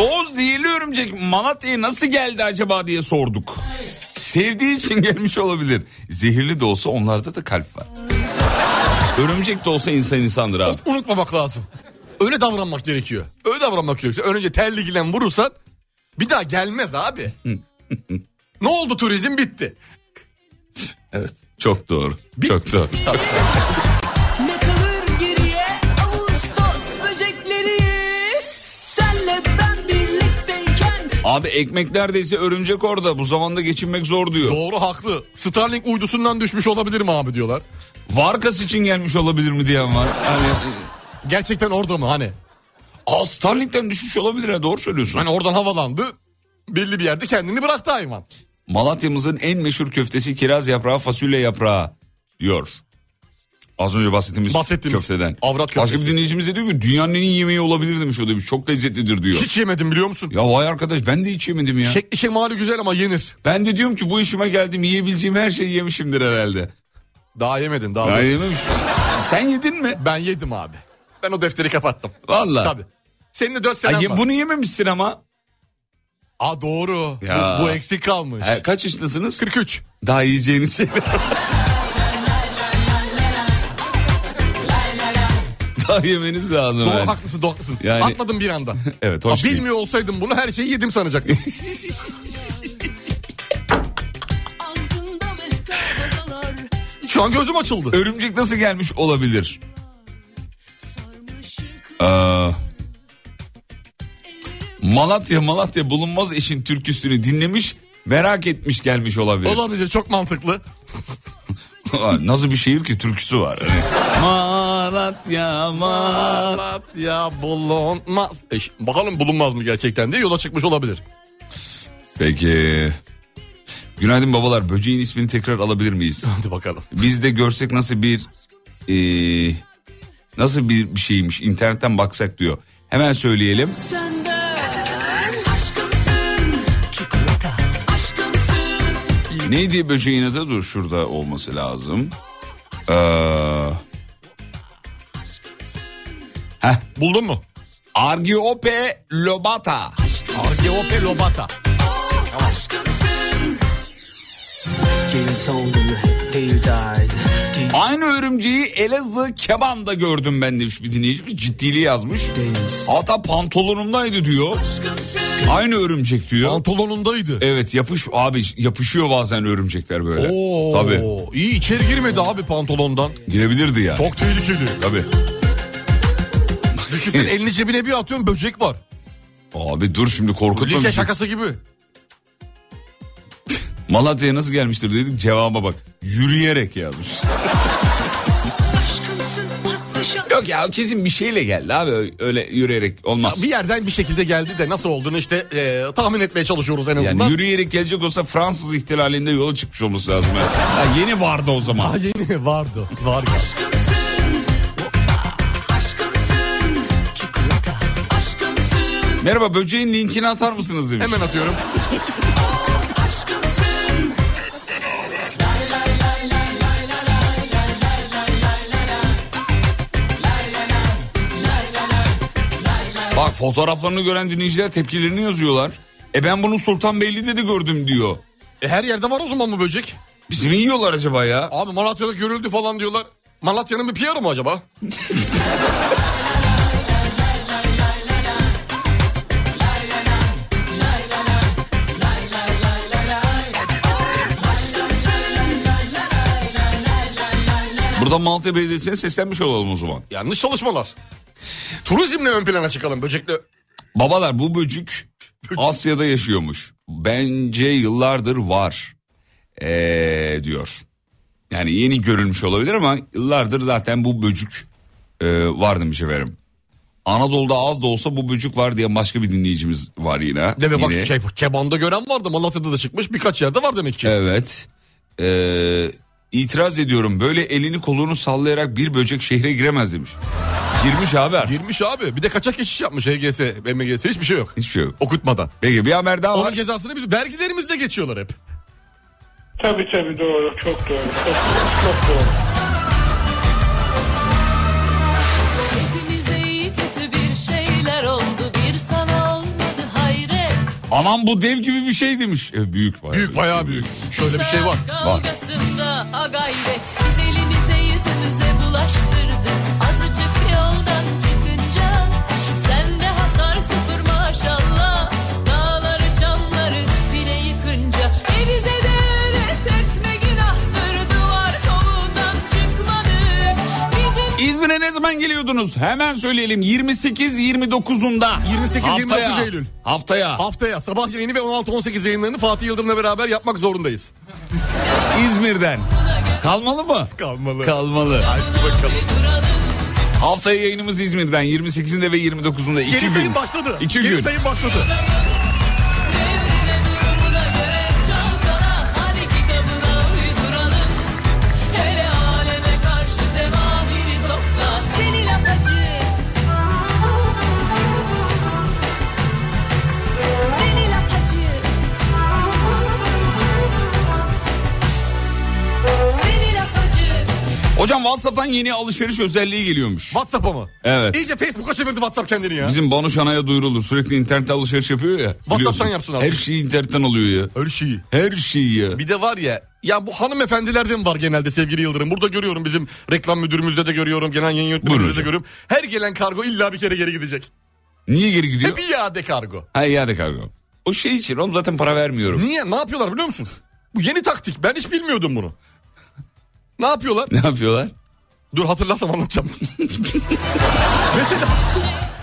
Speaker 4: o zehirli örümcek Malatya'ya nasıl geldi acaba diye sorduk. Sevdiği için gelmiş olabilir. Zehirli de olsa onlarda da kalp var. Örümcek de olsa insan insandır abi.
Speaker 5: Unutmamak lazım. Öyle davranmak gerekiyor. Öyle davranmak gerekiyor. Önce telli gilen vurursan bir daha gelmez abi. ne oldu turizm bitti.
Speaker 4: Evet çok doğru. Çok doğru.
Speaker 3: Ne kalır geriye Ağustos böcekleriyiz Senle ben birlikteyken
Speaker 4: Abi ekmek neredeyse örümcek orada. Bu zamanda geçinmek zor diyor.
Speaker 5: Doğru haklı. Starlink uydusundan düşmüş olabilir mi abi diyorlar.
Speaker 4: Varkas için gelmiş olabilir mi diyen var. Hani
Speaker 5: Gerçekten orada mı hani?
Speaker 4: Aa, Starlink'ten düşmüş olabilir ha doğru söylüyorsun.
Speaker 5: Hani oradan havalandı. Belli bir yerde kendini bıraktı hayvan.
Speaker 4: Malatya'mızın en meşhur köftesi kiraz yaprağı fasulye yaprağı diyor. Az önce bahsettiğimiz,
Speaker 5: Bahsettiğimiz
Speaker 4: köfteden.
Speaker 5: avrat köftesi.
Speaker 4: Başka bir dinleyicimiz de diyor ki dünyanın en iyi yemeği olabilir demiş o demiş. Çok lezzetlidir diyor.
Speaker 5: Hiç Şey- yemedim biliyor musun?
Speaker 4: Ya vay arkadaş ben de hiç yemedim ya.
Speaker 5: Şekli şemali güzel ama yenir.
Speaker 4: Ben de diyorum ki bu işime geldim yiyebileceğim her şeyi yemişimdir herhalde.
Speaker 5: Daha yemedin daha.
Speaker 4: Ben
Speaker 5: doğrusu.
Speaker 4: yememiş. Sen yedin mi?
Speaker 5: Ben yedim abi. Ben o defteri kapattım.
Speaker 4: Valla.
Speaker 5: Tabii. Senin de 4 senen
Speaker 4: Ay,
Speaker 5: var.
Speaker 4: bunu yememişsin ama.
Speaker 5: Aa doğru.
Speaker 4: Ya.
Speaker 5: Bu, bu eksik kalmış.
Speaker 4: Ha, kaç yaşındasınız?
Speaker 5: 43.
Speaker 4: Daha yiyeceğiniz şey şeyler. Daha yemeniz lazım.
Speaker 5: Doğru
Speaker 4: yani.
Speaker 5: haklısın doğru haklısın.
Speaker 4: Yani-
Speaker 5: Atladım bir anda.
Speaker 4: Evet,
Speaker 5: Ha,
Speaker 4: hoş değil.
Speaker 5: bilmiyor olsaydım bunu her şeyi yedim sanacaktım.
Speaker 3: Ardında mehtap adalar
Speaker 5: Şu an gözüm açıldı.
Speaker 4: Örümcek nasıl gelmiş olabilir? Aa, Malatya Malatya bulunmaz eşin türküsünü dinlemiş merak etmiş gelmiş olabilir.
Speaker 5: Olabilir çok mantıklı.
Speaker 4: nasıl bir şehir ki türküsü var. Hani, Malatya Malatya.
Speaker 5: ya bulunmaz. E, ş- bakalım bulunmaz mı gerçekten diye yola çıkmış olabilir.
Speaker 4: Peki. Günaydın babalar böceğin ismini tekrar alabilir miyiz?
Speaker 5: Hadi bakalım.
Speaker 4: Biz de görsek nasıl bir eee, nasıl bir bir şeymiş internetten baksak diyor. Hemen söyleyelim.
Speaker 3: senden Aşkımsın Çikolata Aşkımsın
Speaker 4: Neydi böceğin adı? Dur şurada olması lazım. Ee,
Speaker 5: Buldun mu?
Speaker 4: Argiope lobata.
Speaker 5: Argeope lobata.
Speaker 4: Aynı örümceği Elazığ Keban'da gördüm ben demiş bir dinleyicimiz. Ciddiliği yazmış. Hatta pantolonumdaydı diyor. Aynı örümcek diyor.
Speaker 5: Pantolonundaydı.
Speaker 4: Evet yapış abi yapışıyor bazen örümcekler böyle.
Speaker 5: Oo,
Speaker 4: Tabii
Speaker 5: iyi içeri girmedi abi pantolondan.
Speaker 4: girebilirdi yani.
Speaker 5: Çok tehlikeli.
Speaker 4: Tabii.
Speaker 5: Düşüp elini cebine bir atıyorsun böcek var.
Speaker 4: Abi dur şimdi korkutma.
Speaker 5: Lise
Speaker 4: bizi.
Speaker 5: şakası gibi.
Speaker 4: Malatya'ya nasıl gelmiştir dedik cevaba bak. Yürüyerek yazmış. Yok ya kesin bir şeyle geldi abi öyle yürüyerek olmaz.
Speaker 5: Bir yerden bir şekilde geldi de nasıl olduğunu işte e, tahmin etmeye çalışıyoruz en azından.
Speaker 4: Yani yürüyerek gelecek olsa Fransız ihtilalinde yola çıkmış olması lazım. Ha, yeni vardı o zaman.
Speaker 5: Daha yeni vardı. Var ya.
Speaker 4: Merhaba böceğin linkini atar mısınız demiş.
Speaker 5: Hemen atıyorum.
Speaker 4: Bak fotoğraflarını gören dinleyiciler tepkilerini yazıyorlar. E ben bunu Sultanbeyli'de de gördüm diyor.
Speaker 5: E, her yerde var o zaman bu böcek.
Speaker 4: Bizi mi yiyorlar acaba ya?
Speaker 5: Abi Malatya'da görüldü falan diyorlar. Malatya'nın bir PR'ı mı acaba?
Speaker 4: Burada Malatya Belediyesi'ne seslenmiş olalım o zaman.
Speaker 5: Yanlış çalışmalar. Turizmle ön plana çıkalım böcekle.
Speaker 4: Babalar bu böcük Asya'da yaşıyormuş. Bence yıllardır var ee, diyor. Yani yeni görülmüş olabilir ama yıllardır zaten bu böcük e, var demiş efendim. Anadolu'da az da olsa bu böcük var diye başka bir dinleyicimiz var yine.
Speaker 5: Deme bak
Speaker 4: Yine.
Speaker 5: şey, kebanda gören vardı Malatya'da da çıkmış birkaç yerde var demek ki.
Speaker 4: Evet. Ee, itiraz ediyorum böyle elini kolunu sallayarak bir böcek şehre giremez demiş. Girmiş abi artık.
Speaker 5: Girmiş abi bir de kaçak geçiş yapmış HGS, MGS hiçbir şey yok.
Speaker 4: Hiçbir şey yok.
Speaker 5: Okutmadan.
Speaker 4: Peki bir haber daha
Speaker 5: Onun
Speaker 4: var.
Speaker 5: cezasını biz vergilerimizle geçiyorlar hep.
Speaker 13: Tabii tabii doğru. Çok doğru. Çok, çok doğru.
Speaker 2: Hepimize iyi kötü bir şeyler oldu bir sana olmadı hayret.
Speaker 4: Anam bu dev gibi bir şey demiş. E, büyük bayağı. Büyük
Speaker 5: bayağı büyük. Şöyle
Speaker 4: şey
Speaker 5: şey
Speaker 4: Var.
Speaker 2: Kavgasında a gayret biz elimize yüzümüze bulaştırdı. Azıcık yoldan çıkınca sen de hasar sıfır maşallah. Dağları camları bile yıkınca elinize de öğret etme günahtır duvar kovuğundan çıkmadı. Bizim
Speaker 4: İzmir'e ne zaman geliyordunuz? Hemen söyleyelim 28-29'unda.
Speaker 5: 28-29
Speaker 4: Haftaya.
Speaker 5: Eylül.
Speaker 4: Haftaya.
Speaker 5: Haftaya sabah yayını ve 16-18 yayınlarını Fatih Yıldırım'la beraber yapmak zorundayız.
Speaker 4: İzmir'den. Kalmalı mı?
Speaker 5: Kalmalı.
Speaker 4: Kalmalı.
Speaker 5: Hadi bakalım.
Speaker 4: Haftaya yayınımız İzmir'den 28'inde ve 29'unda. iki
Speaker 5: Geri
Speaker 4: gün.
Speaker 5: sayım başladı.
Speaker 4: İki
Speaker 5: Geri
Speaker 4: gün.
Speaker 5: sayım başladı.
Speaker 2: Hadi kitabına uyduralım Hele aleme karşı zevahiri topla Seni lafacı Seni lafacı Seni lafacı
Speaker 4: Hocam WhatsApp'tan yeni alışveriş özelliği geliyormuş.
Speaker 5: WhatsApp'a mı?
Speaker 4: Evet.
Speaker 5: İyice Facebook'a çevirdi WhatsApp kendini ya.
Speaker 4: Bizim Banu Şanay'a duyurulur. Sürekli internette alışveriş yapıyor ya.
Speaker 5: WhatsApp'tan
Speaker 4: biliyorsun.
Speaker 5: yapsın artık.
Speaker 4: Her şeyi internetten alıyor ya.
Speaker 5: Her şeyi.
Speaker 4: Her şeyi ya.
Speaker 5: Bir de var ya ya bu hanımefendilerden var genelde sevgili Yıldırım. Burada görüyorum bizim reklam müdürümüzde de görüyorum. Genel yayın
Speaker 4: Buyurun
Speaker 5: yönetmenimizde de
Speaker 4: hocam.
Speaker 5: görüyorum. Her gelen kargo illa bir kere geri gidecek.
Speaker 4: Niye geri gidiyor?
Speaker 5: Hep iade kargo.
Speaker 4: Ha iade kargo. O şey için oğlum zaten para vermiyorum.
Speaker 5: Niye? Ne yapıyorlar biliyor musun? Bu yeni taktik. Ben hiç bilmiyordum bunu. Ne yapıyorlar?
Speaker 4: Ne yapıyorlar?
Speaker 5: Dur hatırlarsam anlatacağım. Mesela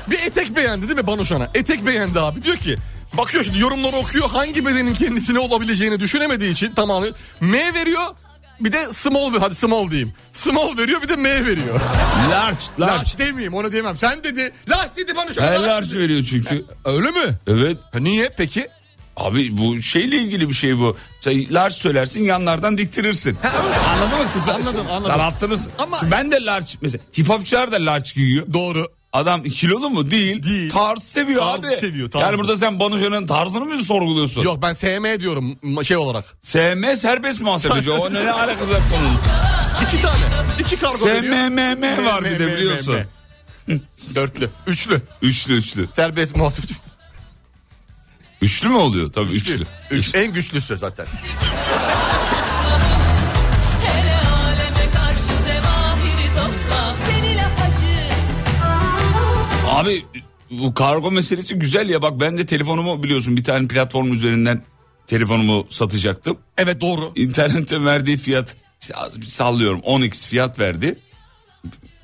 Speaker 5: bir etek beğendi değil mi Banuşan'a? Etek beğendi abi. Diyor ki bakıyor şimdi yorumları okuyor. Hangi bedenin kendisine olabileceğini düşünemediği için tamamı M veriyor. Bir de small ver- hadi small diyeyim. Small veriyor bir de M veriyor.
Speaker 4: Large, large.
Speaker 5: Large demeyeyim onu diyemem. Sen dedi. Large dedi Banuşan'a.
Speaker 4: Her
Speaker 5: large
Speaker 4: large
Speaker 5: dedi.
Speaker 4: veriyor çünkü.
Speaker 5: Öyle mi?
Speaker 4: Evet.
Speaker 5: niye peki?
Speaker 4: Abi bu şeyle ilgili bir şey bu. Sen large söylersin yanlardan diktirirsin. Anladın mı kız?
Speaker 5: Anladım, anladım.
Speaker 4: Daralttınız. Çünkü Ben de large mesela hip hopçılar da large giyiyor.
Speaker 5: Doğru.
Speaker 4: Adam kilolu mu? Değil. Tarz seviyor
Speaker 5: Tarzı
Speaker 4: abi.
Speaker 5: seviyor, tarzı.
Speaker 4: Yani burada sen Banu Şen'in tarzını mı sorguluyorsun?
Speaker 5: Yok ben SM diyorum ma- şey olarak.
Speaker 4: SM serbest muhasebeci. o ne, ne alakası var bunun?
Speaker 5: İki tane. İki kargo veriyor.
Speaker 4: SMMM var
Speaker 5: M,
Speaker 4: bir
Speaker 5: M,
Speaker 4: de
Speaker 5: M,
Speaker 4: biliyorsun.
Speaker 5: M. Dörtlü. Üçlü.
Speaker 4: Üçlü üçlü.
Speaker 5: Serbest muhasebeci.
Speaker 4: Üçlü mü oluyor? Tabii üçlü.
Speaker 5: Üç, en güçlüsü zaten.
Speaker 2: Hele aleme karşı zevahiri topla Seni lafacı
Speaker 4: Abi bu kargo meselesi güzel ya. Bak ben de telefonumu biliyorsun bir tane platform üzerinden telefonumu satacaktım.
Speaker 5: Evet doğru.
Speaker 4: İnternette verdiği fiyat işte az bir sallıyorum 10x fiyat verdi.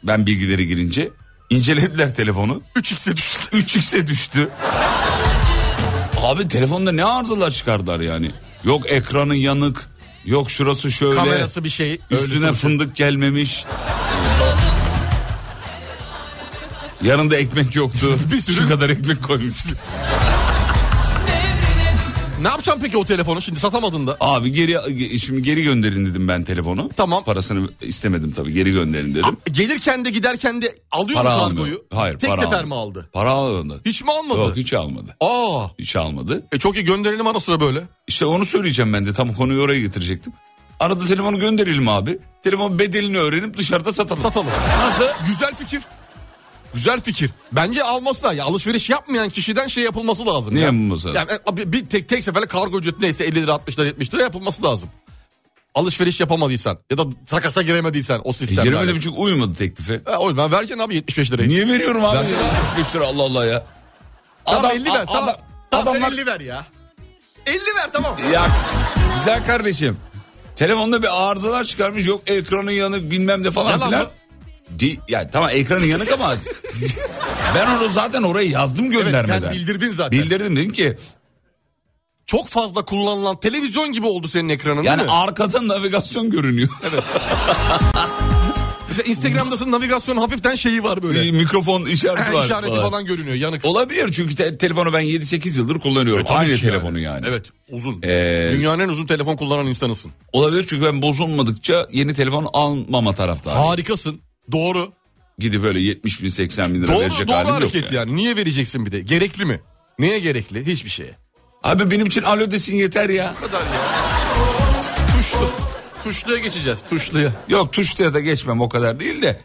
Speaker 4: Ben bilgileri girince incelediler telefonu.
Speaker 5: 3x'e düştü.
Speaker 4: 3x'e düştü. Abi telefonda ne arızalar çıkardılar yani. Yok ekranı yanık. Yok şurası şöyle.
Speaker 5: Kamerası bir şey. öyle
Speaker 4: Üstüne
Speaker 5: sonuçta.
Speaker 4: fındık gelmemiş. Yanında ekmek yoktu.
Speaker 5: Bir sürü-
Speaker 4: Şu kadar ekmek koymuştu.
Speaker 5: Ne yapacaksın peki o telefonu şimdi satamadın da?
Speaker 4: Abi geri şimdi geri gönderin dedim ben telefonu. Tamam. Parasını istemedim tabii geri gönderin dedim.
Speaker 5: Gelirken de giderken de alıyor
Speaker 4: Para
Speaker 5: mu
Speaker 4: almıyor.
Speaker 5: kargoyu?
Speaker 4: Hayır
Speaker 5: Tek
Speaker 4: para
Speaker 5: sefer
Speaker 4: almadı.
Speaker 5: mi aldı?
Speaker 4: Para almadı.
Speaker 5: Hiç mi almadı?
Speaker 4: Yok hiç almadı.
Speaker 5: Aa.
Speaker 4: Hiç almadı.
Speaker 5: E çok iyi gönderelim ara sıra böyle.
Speaker 4: İşte onu söyleyeceğim ben de tam konuyu oraya getirecektim. Arada telefonu gönderelim abi. Telefon bedelini öğrenip dışarıda satalım.
Speaker 5: Satalım.
Speaker 4: Nasıl?
Speaker 5: Güzel fikir. Güzel fikir. Bence alması da ya alışveriş yapmayan kişiden şey yapılması lazım.
Speaker 4: Ne
Speaker 5: ya.
Speaker 4: yapılması lazım?
Speaker 5: Yani, e, bir- bir tek, tek seferle kargo ücreti neyse 50 lira 60 lira 70 lira yapılması lazım. Alışveriş yapamadıysan ya da takasa giremediysen o
Speaker 4: E,
Speaker 5: sistemle.
Speaker 4: giremedim çünkü uymadı teklife.
Speaker 5: E, o yüzden vereceksin abi 75 lirayı.
Speaker 4: Niye veriyorum abi?
Speaker 5: Versene.
Speaker 4: 75 lira Allah Allah ya.
Speaker 5: Adam,
Speaker 4: Adam-
Speaker 5: 50 ver.
Speaker 4: a-
Speaker 5: Tamam,
Speaker 4: adam-
Speaker 5: tamam sen
Speaker 4: adamlar-
Speaker 5: 50 ver ya. 50 ver tamam.
Speaker 4: Ya güzel kardeşim. Telefonda bir arızalar çıkarmış. Yok ekranın yanık bilmem ne falan
Speaker 5: Yalan
Speaker 4: filan.
Speaker 5: mı?
Speaker 4: Di, ya tamam ekranın yanık ama ben onu zaten oraya yazdım
Speaker 5: Evet
Speaker 4: göndermeden.
Speaker 5: sen bildirdin zaten.
Speaker 4: Bildirdim dedim ki
Speaker 5: Çok fazla kullanılan televizyon gibi oldu senin ekranın
Speaker 4: yani
Speaker 5: değil mi?
Speaker 4: arkadan navigasyon görünüyor.
Speaker 5: Evet. Mesela Instagram'dasın navigasyon hafiften şeyi var böyle.
Speaker 4: Bir Mikrofon işareti
Speaker 5: Ha,
Speaker 4: var.
Speaker 5: işareti falan görünüyor yanık.
Speaker 4: Olabilir çünkü te- telefonu ben 7-8 yıldır kullanıyorum.
Speaker 5: E, tabii
Speaker 4: Aynı
Speaker 5: ki yani.
Speaker 4: telefonu yani.
Speaker 5: Evet uzun.
Speaker 4: Ee,
Speaker 5: Dünyanın en uzun telefon kullanan insanısın.
Speaker 4: Olabilir çünkü ben bozulmadıkça yeni telefon almama taraftarıyım.
Speaker 5: Harikasın. Doğru.
Speaker 4: Gidip böyle 70 bin 80 bin lira
Speaker 5: Doğru,
Speaker 4: verecek
Speaker 5: doğru
Speaker 4: halim
Speaker 5: hareket
Speaker 4: yok.
Speaker 5: yani. Niye vereceksin bir de? Gerekli mi? Neye gerekli? Hiçbir şeye.
Speaker 4: Abi benim için alo desin yeter ya.
Speaker 5: Bu kadar ya. Tuşlu. Tuşluya geçeceğiz. Tuşluya.
Speaker 4: Yok tuşluya da geçmem o kadar değil de.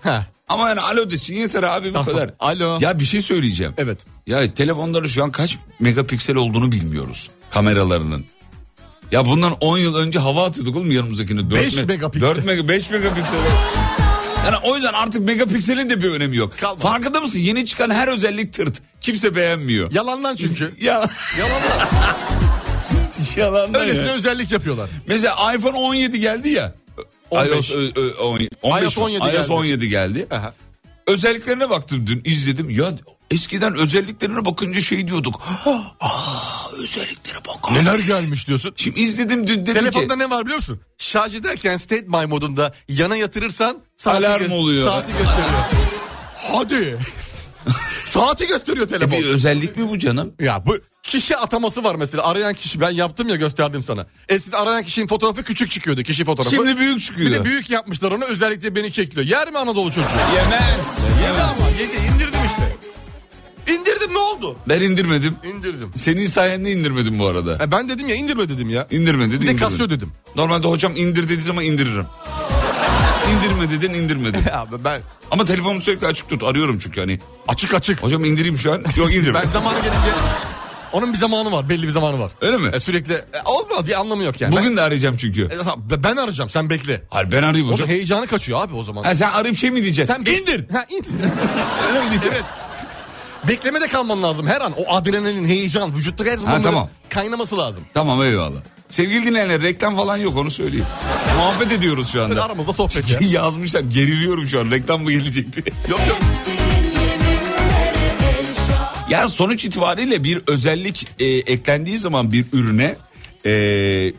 Speaker 4: Ama yani alo desin yeter abi bu kadar.
Speaker 5: Alo.
Speaker 4: Ya bir şey söyleyeceğim.
Speaker 5: Evet.
Speaker 4: Ya telefonları şu an kaç megapiksel olduğunu bilmiyoruz kameralarının. Ya bundan 10 yıl önce hava atıyorduk oğlum yanımızdakini.
Speaker 5: Beş megapiksel.
Speaker 4: 4 mega, 5 megapiksel. Yani o yüzden artık megapikselin de bir önemi yok. Farkında mısın? Yeni çıkan her özellik tırt. Kimse beğenmiyor.
Speaker 5: Yalandan çünkü.
Speaker 4: Ya.
Speaker 5: Yalandan.
Speaker 4: Yalandan
Speaker 5: Öylesine
Speaker 4: ya.
Speaker 5: özellik yapıyorlar.
Speaker 4: Mesela iPhone 17 geldi ya.
Speaker 5: 15.
Speaker 4: iOS, ö- ö- on- 15
Speaker 5: iOS 17
Speaker 4: iOS
Speaker 5: geldi.
Speaker 4: 17 geldi. Özelliklerine baktım dün izledim. Ya eskiden özelliklerine bakınca şey diyorduk. Aa özelliklere bak. abi."
Speaker 5: Neler gelmiş diyorsun.
Speaker 4: Şimdi izledim dün dedim
Speaker 5: Telefonda
Speaker 4: ki.
Speaker 5: ne var biliyor musun? Şarj ederken state my modunda yana yatırırsan saati
Speaker 4: Alarm oluyor.
Speaker 5: Saati gösteriyor. Hadi. saati gösteriyor telefon.
Speaker 4: "E, Bir özellik mi bu canım?
Speaker 5: Ya bu kişi ataması var mesela. Arayan kişi ben yaptım ya gösterdim sana. Eskiden arayan kişinin fotoğrafı küçük çıkıyordu kişi fotoğrafı.
Speaker 4: Şimdi büyük çıkıyor.
Speaker 5: Bir de büyük yapmışlar onu özellikle beni kekliyor. Yer mi Anadolu çocuğu?
Speaker 4: Yemez.
Speaker 5: Yedi ama yedi indirdim işte. İndirdim ne oldu?
Speaker 4: Ben indirmedim.
Speaker 5: İndirdim.
Speaker 4: Senin sayende indirmedim bu arada.
Speaker 5: E ben dedim ya indirme dedim ya.
Speaker 4: İndirme dedi
Speaker 5: Bir de
Speaker 4: indirmedim.
Speaker 5: Casio dedim.
Speaker 4: Normalde hocam indir dediği zaman indiririm. İndirme dedin indirmedim.
Speaker 5: Abi ben
Speaker 4: Ama telefonumu sürekli açık tut. Arıyorum çünkü hani.
Speaker 5: Açık açık.
Speaker 4: Hocam indireyim şu an. Yok indirme.
Speaker 5: Ben zamanı gelince onun bir zamanı var belli bir zamanı var.
Speaker 4: Öyle mi?
Speaker 5: E sürekli e, olmaz bir anlamı yok yani.
Speaker 4: Bugün de arayacağım çünkü.
Speaker 5: ben, e, tamam, ben arayacağım sen bekle.
Speaker 4: Hayır ben arayayım
Speaker 5: Onun
Speaker 4: hocam.
Speaker 5: heyecanı kaçıyor abi o zaman.
Speaker 4: Ha, sen arayıp şey mi diyeceksin?
Speaker 5: Sen
Speaker 4: İndir.
Speaker 5: Ha, in.
Speaker 4: Öyle mi diyeceksin?
Speaker 5: evet. Beklemede kalman lazım her an. O adrenalin, heyecan, vücutta her zaman
Speaker 4: Ha,
Speaker 5: böyle
Speaker 4: tamam.
Speaker 5: kaynaması lazım.
Speaker 4: Tamam eyvallah. Sevgili dinleyenler reklam falan yok onu söyleyeyim. Muhabbet ediyoruz şu
Speaker 5: Böyle
Speaker 4: anda.
Speaker 5: aramızda sohbet ya.
Speaker 4: Yazmışlar geriliyorum şu an reklam mı gelecekti?
Speaker 5: yok yok.
Speaker 4: Ya sonuç itibariyle bir özellik e, eklendiği zaman bir ürüne e,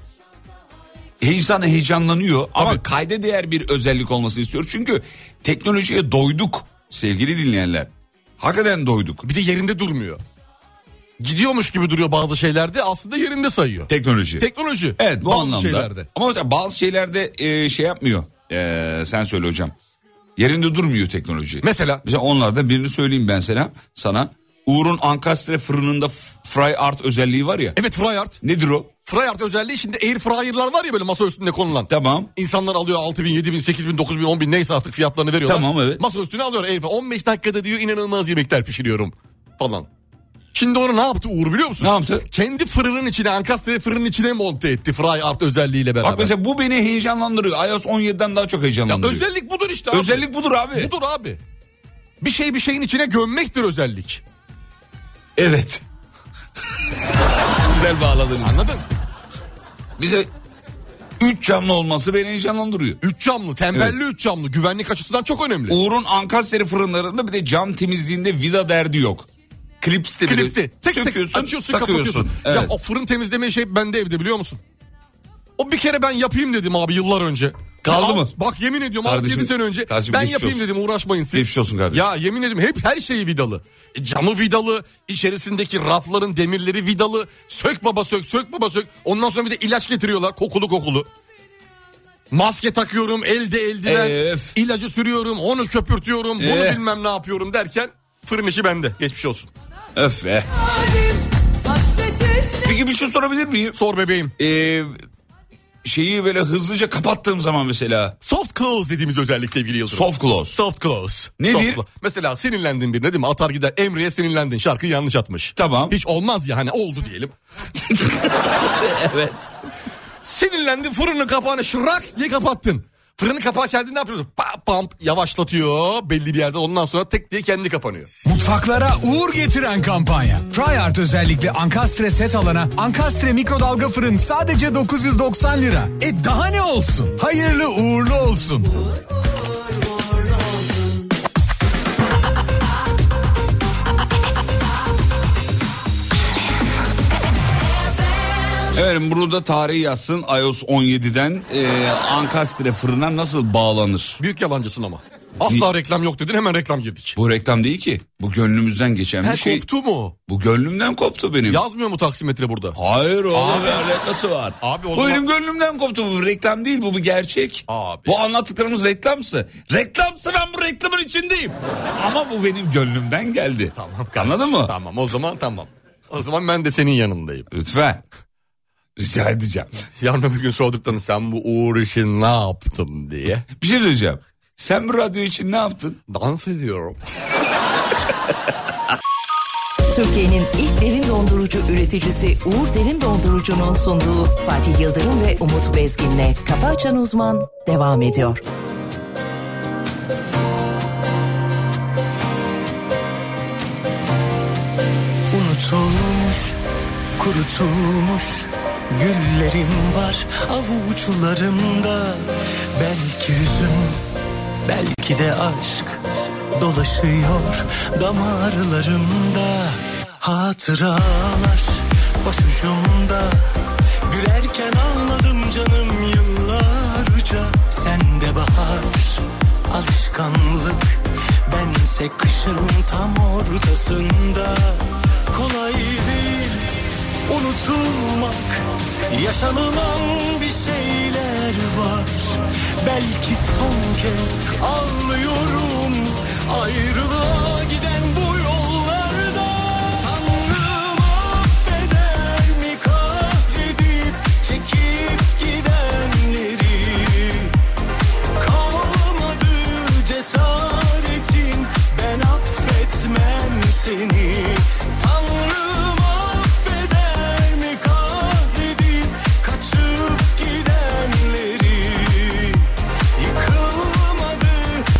Speaker 4: insan heyecanlanıyor ama kayda değer bir özellik olması istiyor. Çünkü teknolojiye doyduk sevgili dinleyenler. Hakikaten doyduk.
Speaker 5: Bir de yerinde durmuyor. Gidiyormuş gibi duruyor bazı şeylerde aslında yerinde sayıyor.
Speaker 4: Teknoloji.
Speaker 5: Teknoloji.
Speaker 4: evet bu
Speaker 5: bazı
Speaker 4: anlamda.
Speaker 5: Şeylerde.
Speaker 4: Ama mesela bazı şeylerde e, şey yapmıyor. E, sen söyle hocam. Yerinde durmuyor teknoloji.
Speaker 5: Mesela?
Speaker 4: Mesela onlardan birini söyleyeyim ben sana. sana. Uğur'un Ankastre fırınında f- fry art özelliği var ya.
Speaker 5: Evet Fryart.
Speaker 4: Nedir o?
Speaker 5: Fryart özelliği şimdi air fryer'lar var ya böyle masa üstünde konulan.
Speaker 4: Tamam.
Speaker 5: İnsanlar alıyor 6 bin, 7 bin, 8 bin, 9 bin, 10 bin neyse artık fiyatlarını veriyorlar.
Speaker 4: Tamam, evet.
Speaker 5: Masa üstüne alıyor air fryer. 15 dakikada diyor inanılmaz yemekler pişiriyorum falan. Şimdi onu ne yaptı Uğur biliyor musun?
Speaker 4: Ne yaptı?
Speaker 5: Kendi fırının içine, Ankastre fırının içine monte etti fry art özelliğiyle beraber.
Speaker 4: Bak mesela bu beni heyecanlandırıyor. iOS 17'den daha çok heyecanlandırıyor.
Speaker 5: Özellik budur işte abi.
Speaker 4: Özellik budur abi.
Speaker 5: Budur abi. Bir şey bir şeyin içine gömmektir özellik.
Speaker 4: Evet. Güzel bağladınız.
Speaker 5: Anladın?
Speaker 4: Bize 3 camlı olması beni heyecanlandırıyor.
Speaker 5: Üç camlı, tembelli üç camlı. Güvenlik açısından çok önemli.
Speaker 4: Uğur'un Ankasteri fırınlarında bir de cam temizliğinde vida derdi yok. Klips'te bir de
Speaker 5: Klipti. Tek
Speaker 4: söküyorsun,
Speaker 5: tek açıyorsun,
Speaker 4: takıyorsun.
Speaker 5: kapatıyorsun.
Speaker 4: Evet.
Speaker 5: Ya o fırın temizleme şey bende evde biliyor musun? O bir kere ben yapayım dedim abi yıllar önce.
Speaker 4: Kaldı
Speaker 5: Alt-
Speaker 4: mı?
Speaker 5: Bak yemin ediyorum
Speaker 4: Kardeşim-
Speaker 5: 6-7 sene önce
Speaker 4: kardeşim
Speaker 5: ben
Speaker 4: geçmiş
Speaker 5: yapayım
Speaker 4: olsun.
Speaker 5: dedim uğraşmayın siz.
Speaker 4: Geçmiş olsun kardeşim.
Speaker 5: Ya yemin ediyorum hep her şeyi vidalı. E, Camı vidalı, içerisindeki rafların demirleri vidalı. Sök baba sök, sök baba sök. Ondan sonra bir de ilaç getiriyorlar kokulu kokulu. Maske takıyorum, elde eldiven,
Speaker 4: Ef.
Speaker 5: ilacı sürüyorum, onu köpürtüyorum, bunu
Speaker 4: Eh.
Speaker 5: bilmem ne yapıyorum derken fırın işi bende. Geçmiş olsun.
Speaker 4: Öf be. Peki bir şey sorabilir miyim?
Speaker 5: Sor bebeğim.
Speaker 4: Ee, şeyi böyle hızlıca kapattığım zaman mesela
Speaker 5: Soft close dediğimiz özellik sevgili Yıldırım.
Speaker 4: soft close.
Speaker 5: Soft close.
Speaker 4: Nedir?
Speaker 5: Soft close. Mesela sinirlendin birine değil mi? Atar gider Emre'ye sinirlendin. Şarkıyı yanlış atmış.
Speaker 4: Tamam.
Speaker 5: Hiç olmaz ya hani oldu diyelim.
Speaker 4: Evet.
Speaker 5: Sinirlendin fırının kapağını şıraks diye kapattın. Fırının kapağı kendini ne yapıyordu? Pa, pamp yavaşlatıyor belli bir yerde. Ondan sonra tek diye kendi kapanıyor.
Speaker 14: Mutfaklara uğur getiren kampanya. Fryart özellikle Ankastre set alana Ankastre mikrodalga fırın sadece 990 lira. E daha ne olsun? Hayırlı uğurlu olsun.
Speaker 4: Evet burada tarihi yazsın iOS 17'den e, Ankastre ee, fırına nasıl bağlanır?
Speaker 5: Büyük yalancısın ama. Asla reklam yok dedin hemen reklam girdik.
Speaker 4: Bu reklam değil ki. Bu gönlümüzden geçen
Speaker 5: He
Speaker 4: bir şey.
Speaker 5: koptu mu?
Speaker 4: Bu gönlümden koptu benim.
Speaker 5: Yazmıyor mu taksimetre burada?
Speaker 4: Hayır oğlum
Speaker 5: Abi.
Speaker 4: abi. alakası var.
Speaker 5: Abi o
Speaker 4: bu
Speaker 5: zaman-
Speaker 4: benim gönlümden koptu bu reklam değil bu bir gerçek. Bu anlattıklarımız reklamsa. Reklamsa ben bu reklamın içindeyim. Ama bu benim gönlümden geldi. Tamam Anladın mı?
Speaker 5: Tamam o zaman tamam. O zaman ben de senin yanındayım.
Speaker 4: Lütfen. Rica edeceğim.
Speaker 5: Yarın öbür gün sorduklarını sen bu uğur işini ne yaptın diye.
Speaker 4: Bir şey söyleyeceğim. Sen bu radyo için ne yaptın?
Speaker 5: Dans ediyorum.
Speaker 6: Türkiye'nin ilk derin dondurucu üreticisi Uğur Derin Dondurucu'nun sunduğu Fatih Yıldırım ve Umut Bezgin'le Kafa Açan Uzman devam ediyor.
Speaker 12: Unutulmuş, kurutulmuş güllerim var avuçlarımda Belki üzüm, belki de aşk dolaşıyor damarlarımda Hatıralar başucumda Gülerken ağladım canım yıllarca Sen de bahar, alışkanlık Bense kışın tam ortasında Kolay değil unutulmak Yaşanılan bir şey. şeyler var Belki son kez anlıyorum Ayrılığa giden bu yollarda Tanrım affeder mi kahredip Çekip gidenleri Kalmadı cesaretin Ben affetmem seni Tanrım affeder mi kahredip Kaçıp gidenleri Yıkılmadı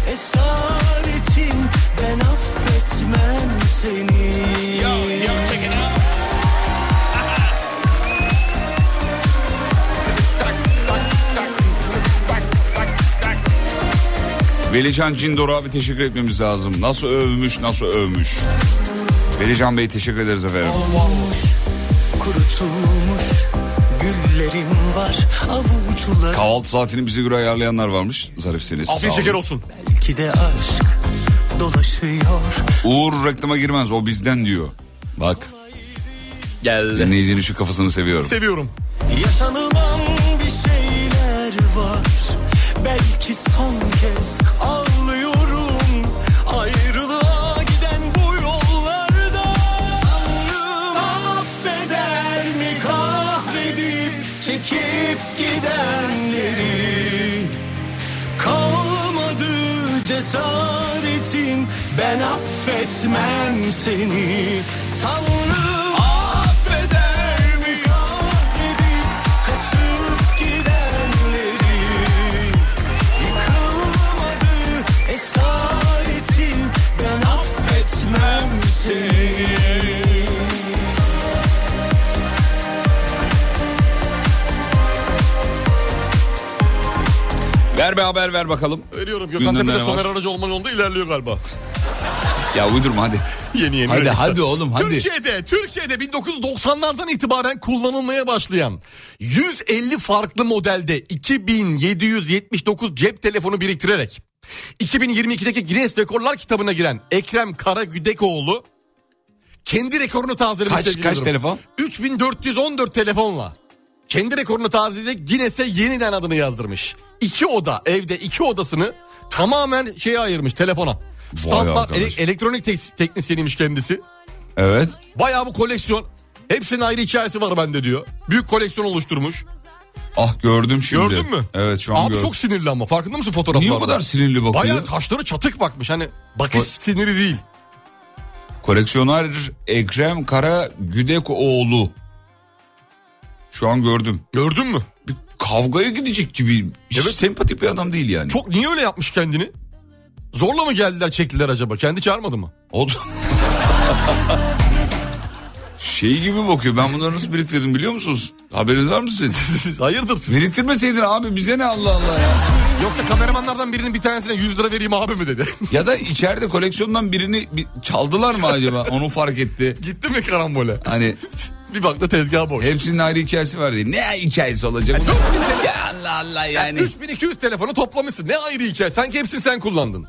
Speaker 12: esaretin Ben affetmem seni
Speaker 4: Velican Cindor abi teşekkür etmemiz lazım. Nasıl övmüş nasıl övmüş. Velican Bey teşekkür ederiz efendim.
Speaker 12: Olmuş, kurutulmuş güllerim var avuçlarım
Speaker 4: Kahvaltı saatini bize göre ayarlayanlar varmış. Zarifsiniz.
Speaker 12: Afiyet
Speaker 4: sağ olun.
Speaker 12: şeker olsun. Belki de aşk dolaşıyor
Speaker 4: Uğur reklama girmez o bizden diyor. Bak.
Speaker 5: Geldi.
Speaker 4: Dinleyicinin şu kafasını seviyorum.
Speaker 5: Seviyorum.
Speaker 12: Yaşanılan bir şeyler var Belki son kez ağlıyorum Ayrılığa giden bu yollarda Tanrım affeder mi kahredip Çekip gidenleri Kalmadı cesaretim Ben affetmem seni Tanrım affeder mi kahredip Kaçıp gidenleri Yıkılmadı esaretim Ben affetmem seni
Speaker 4: Ver bir haber ver bakalım.
Speaker 5: Veriyorum Gökhan
Speaker 4: Gündemde
Speaker 5: Tepe'de
Speaker 4: ne var?
Speaker 5: Soner Aracı olma yolunda ilerliyor galiba.
Speaker 4: Ya uydurma hadi.
Speaker 5: Yeni yeni.
Speaker 4: Hadi
Speaker 5: hareketler.
Speaker 4: hadi oğlum hadi.
Speaker 5: Türkiye'de, Türkiye'de 1990'lardan itibaren kullanılmaya başlayan 150 farklı modelde 2779 cep telefonu biriktirerek 2022'deki Guinness Rekorlar kitabına giren Ekrem Karagüdekoğlu kendi rekorunu tazelemiş.
Speaker 4: Kaç-
Speaker 5: sevgili
Speaker 4: kaç
Speaker 5: Yıldırım.
Speaker 4: telefon?
Speaker 5: 3414 telefonla kendi rekorunu tazeleyip Guinness'e yeniden adını yazdırmış. İki oda evde iki odasını tamamen şeye ayırmış telefona. Standart
Speaker 4: arkadaş.
Speaker 5: ele- elektronik tek- teknisyeniymiş kendisi.
Speaker 4: Evet.
Speaker 5: Bayağı bu koleksiyon. Hepsinin ayrı hikayesi var bende diyor. Büyük koleksiyon oluşturmuş.
Speaker 4: Ah gördüm şimdi.
Speaker 5: Gördün mü?
Speaker 4: Evet şu an
Speaker 5: Abi
Speaker 4: gördüm.
Speaker 5: çok sinirli ama farkında mısın fotoğraflarda?
Speaker 4: Niye o kadar sinirli bakıyor?
Speaker 5: Bayağı kaşları çatık bakmış hani bakış siniri değil.
Speaker 4: Koleksiyoner Ekrem Kara Güdekoğlu. Şu an gördüm.
Speaker 5: Gördün mü?
Speaker 4: Bir kavgaya gidecek gibi. Hiç sempatik bir adam değil yani.
Speaker 5: Çok niye öyle yapmış kendini? Zorla mı geldiler çektiler acaba? Kendi çağırmadı mı?
Speaker 4: O şey gibi bakıyor. Ben bunları nasıl biriktirdim biliyor musunuz? Haberiniz var mı sizin?
Speaker 5: Hayırdır
Speaker 4: Biriktirmeseydin abi bize ne Allah Allah ya.
Speaker 5: Yoksa kameramanlardan birinin bir tanesine 100 lira vereyim abi mi dedi.
Speaker 4: Ya da içeride koleksiyondan birini bir- çaldılar mı acaba? Onu fark etti.
Speaker 5: Gitti mi karambole?
Speaker 4: Hani
Speaker 5: bir baktı tezgah boş.
Speaker 4: Hepsinin ayrı hikayesi var diye. Ne hikayesi olacak? ya Allah Allah yani.
Speaker 5: 3200 telefonu toplamışsın. Ne ayrı hikaye. Sanki hepsini sen kullandın.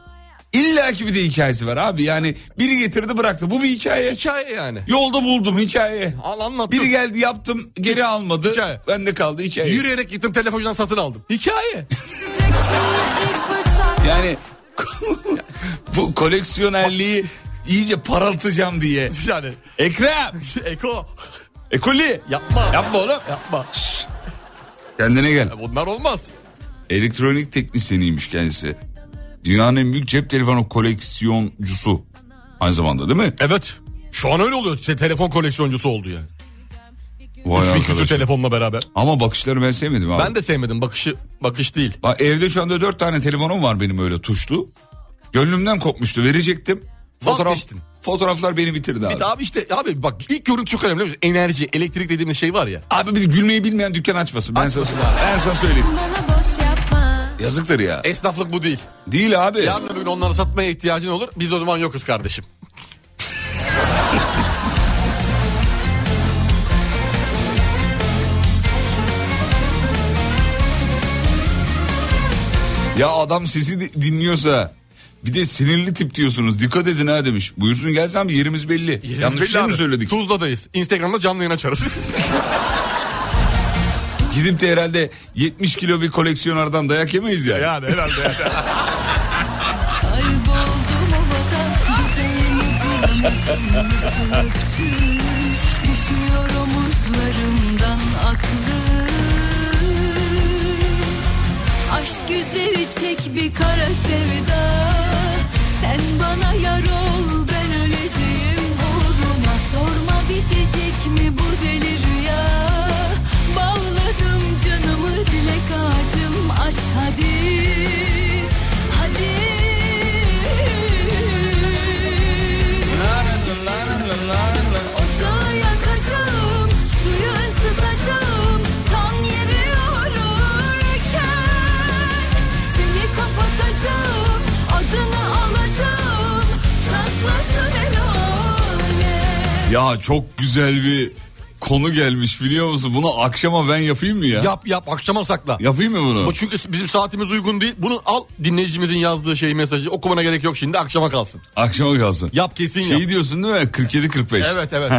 Speaker 4: İlla ki bir de hikayesi var abi yani biri getirdi bıraktı bu bir hikaye.
Speaker 5: Hikaye yani.
Speaker 4: Yolda buldum hikaye.
Speaker 5: Al anlat.
Speaker 4: Biri geldi yaptım geri almadı. Bende kaldı hikaye.
Speaker 5: Yürüyerek gittim telefoncudan satın aldım. Hikaye.
Speaker 4: Yani bu koleksiyonerliği iyice paraltacağım diye.
Speaker 5: Yani.
Speaker 4: Ekrem.
Speaker 5: Eko.
Speaker 4: Ekoli.
Speaker 5: Yapma.
Speaker 4: Yapma oğlum.
Speaker 5: Yapma.
Speaker 4: Kendine gel.
Speaker 5: Bunlar olmaz.
Speaker 4: Elektronik teknisyeniymiş kendisi. Dünyanın en büyük cep telefonu koleksiyoncusu. Aynı zamanda değil mi?
Speaker 5: Evet. Şu an öyle oluyor. İşte telefon koleksiyoncusu oldu yani.
Speaker 4: Vay
Speaker 5: 3000
Speaker 4: arkadaş.
Speaker 5: küsur telefonla beraber.
Speaker 4: Ama bakışları ben sevmedim abi.
Speaker 5: Ben de sevmedim bakışı bakış değil.
Speaker 4: Bak evde şu anda dört tane telefonum var benim öyle tuşlu. Gönlümden kopmuştu verecektim. Fotoğraf,
Speaker 5: Vazgeçtin.
Speaker 4: fotoğraflar beni bitirdi abi.
Speaker 5: Bir de abi işte abi bak ilk görüntü çok önemli. biliyor musun? Enerji, elektrik dediğimiz şey var ya.
Speaker 4: Abi bir gülmeyi bilmeyen dükkan açmasın. Ben sana, ben sana söyleyeyim. Yazıktır ya.
Speaker 5: Esnaflık bu değil.
Speaker 4: Değil abi.
Speaker 5: Yarın öbür gün onları satmaya ihtiyacın olur. Biz o zaman yokuz kardeşim.
Speaker 4: Ya adam sizi di- dinliyorsa bir de sinirli tip diyorsunuz. Dikkat edin ha demiş. Buyursun gelsem yerimiz belli. Yanlış bir
Speaker 5: belli
Speaker 4: şey mi
Speaker 5: abi.
Speaker 4: söyledik?
Speaker 5: Tuzla'dayız. Instagram'da canlı yayın açarız.
Speaker 4: Gidip de herhalde 70 kilo bir koleksiyonerden dayak yemeyiz yani.
Speaker 5: Yani herhalde.
Speaker 2: Kayboldum ovada Gideyim bulamadım Nasıl öptün Düşüyor omuzlarımdan aklım Aşk üzeri çek bir kara sevda Sen bana yar ol ben öleceğim uğruna Sorma bitecek mi bu deli rüya Bağladım canımı dilek ağacım aç hadi Hadi Ocağı yakacağım, suyu ısıtacağım Kan yeri yorurken Seni kapatacağım, adını alacağım Çatlasın el alem
Speaker 4: Ya çok güzel bir konu gelmiş biliyor musun? Bunu akşama ben yapayım mı ya?
Speaker 5: yap yap akşama sakla.
Speaker 4: Yapayım mı bunu?
Speaker 5: Bu çünkü bizim saatimiz uygun değil. Bunu al dinleyicimizin yazdığı şey mesajı okumana gerek yok şimdi akşama kalsın.
Speaker 4: Akşama kalsın.
Speaker 5: Yap kesin
Speaker 4: Şey
Speaker 5: yap.
Speaker 4: diyorsun değil mi? 47-45.
Speaker 5: Evet evet.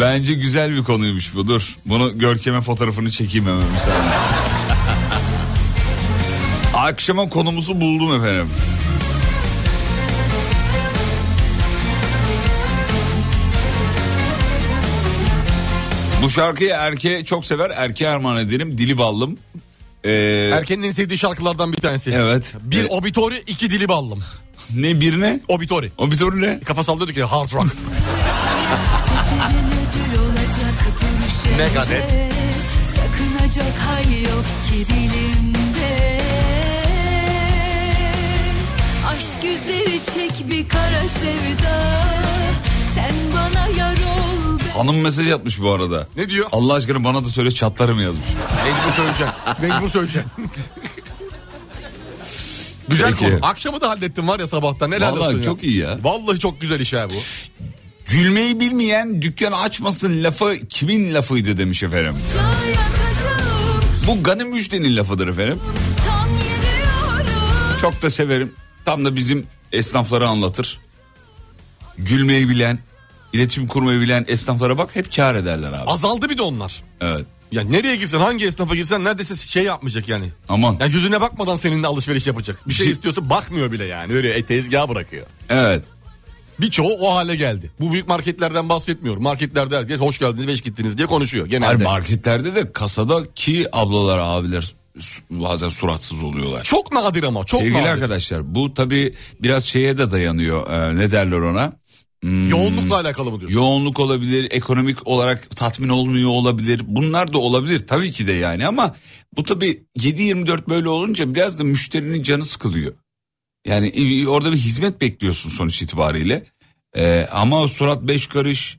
Speaker 4: Bence güzel bir konuymuş bu. Dur. Bunu Görkem'e fotoğrafını çekeyim hemen bir saniye. Akşama konumuzu buldum efendim. Bu şarkıyı erkeğe çok sever. Erkeğe armağan ederim. Dili ballım. Ee,
Speaker 5: Erkenin en sevdiği şarkılardan bir tanesi.
Speaker 4: evet.
Speaker 5: Bir
Speaker 4: Ee,
Speaker 5: obitori iki dili ballım.
Speaker 4: ne bir ne?
Speaker 5: Obitori.
Speaker 4: O bir türlü ne?
Speaker 5: Kafa sallıyorduk ya hard rock.
Speaker 2: Seferin ödül olacak duruşa
Speaker 5: Megadeth.
Speaker 2: Sakınacak hal yok ki dilimde Aşk üzeri çek bir kara sevda Sen bana yar ol ben
Speaker 4: Hanım mesaj yapmış bu arada.
Speaker 5: ne diyor?
Speaker 4: Allah aşkına bana da söyle çatlarım yazmış.
Speaker 5: Mecbur söyleyeceğim. Mecbur söyleyeceğim. Güzel
Speaker 4: Peki.
Speaker 5: konu. Akşamı da hallettin var ya sabahtan. Helal
Speaker 4: Vallahi
Speaker 5: olsun ya.
Speaker 4: çok iyi ya.
Speaker 5: Vallahi çok güzel iş ha bu.
Speaker 4: Gülmeyi bilmeyen dükkan açmasın lafı kimin lafıydı demiş efendim.
Speaker 2: yakacağım
Speaker 4: Bu Gani Müjde'nin lafıdır efendim.
Speaker 2: Tam yeri yarım
Speaker 4: Çok da severim. Tam da bizim esnafları anlatır. Gülmeyi bilen, iletişim kurmayı bilen esnaflara bak hep kar ederler abi.
Speaker 5: Azaldı bir de onlar.
Speaker 4: Evet.
Speaker 5: Ya nereye girsen hangi esnafa girsen neredeyse şey yapmayacak yani.
Speaker 4: Aman.
Speaker 5: Yani yüzüne bakmadan seninle alışveriş yapacak. Bir şey
Speaker 4: Bizi-
Speaker 5: istiyorsa bakmıyor bile yani. Öyle e, tezgaha bırakıyor.
Speaker 4: Evet.
Speaker 5: Birçoğu o hale geldi. Bu büyük marketlerden bahsetmiyorum. Marketlerde herkes hoş geldiniz, beş gittiniz diye konuşuyor
Speaker 4: Her
Speaker 5: genelde.
Speaker 4: marketlerde de kasadaki ablalar abiler su- bazen suratsız oluyorlar.
Speaker 5: çok nadir ama çok
Speaker 4: Sevgili
Speaker 5: nadir.
Speaker 4: arkadaşlar bu tabi biraz şeye de dayanıyor. Ee, ne derler ona? Hmm,
Speaker 5: Yoğunlukla alakalı mı diyorsun?
Speaker 4: Yoğunluk olabilir, ekonomik olarak tatmin olmuyor olabilir. Bunlar da olabilir tabii ki de yani ama bu tabii 7-24 böyle olunca biraz da müşterinin canı sıkılıyor. Yani i- orada bir hizmet bekliyorsun sonuç itibariyle. Ee, ama o surat beş karış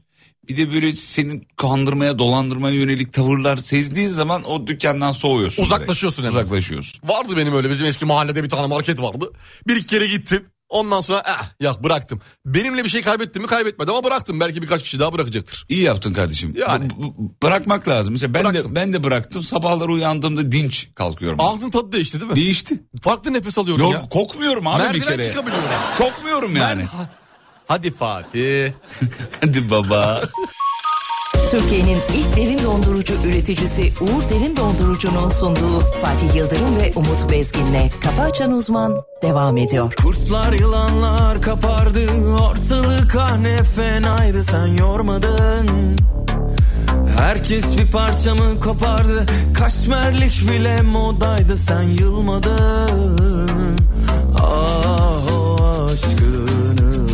Speaker 4: bir de böyle senin kandırmaya dolandırmaya yönelik tavırlar sezdiğin zaman o dükkandan soğuyorsun. direkt.
Speaker 5: Uzaklaşıyorsun hemen.
Speaker 4: Uzaklaşıyorsun.
Speaker 5: Vardı benim öyle bizim eski mahallede bir tane market vardı. Bir iki kere gittim. Ondan sonra ah ya bıraktım. Benimle bir şey kaybettim mi kaybetmedim ama bıraktım. Belki birkaç kişi daha bırakacaktır.
Speaker 4: İyi yaptın kardeşim.
Speaker 5: Yani.
Speaker 4: Bu- bu- bırakmak lazım. Mesela ben de ben de bıraktım. Sabahları uyandığımda dinç kalkıyorum.
Speaker 5: Ağzın tadı değişti değil mi?
Speaker 4: Değişti.
Speaker 5: Farklı nefes alıyorum
Speaker 4: Yok
Speaker 5: ya.
Speaker 4: kokmuyorum abi
Speaker 5: Merdiven
Speaker 4: bir kere.
Speaker 5: çıkabiliyorum.
Speaker 4: Kokmuyorum yani.
Speaker 5: Hadi Fatih.
Speaker 4: Hadi baba.
Speaker 6: Türkiye'nin ilk derin dondurucu üreticisi Uğur Derin Dondurucu'nun sunduğu Fatih Yıldırım ve Umut Bezgin'le Kafa Açan Uzman devam ediyor.
Speaker 3: Kurtlar yılanlar kapardı Ortalık ah ne fenaydı Sen yormadın Herkes bir parçamı kopardı Kaşmerlik bile modaydı Sen yılmadın Ah o aşkını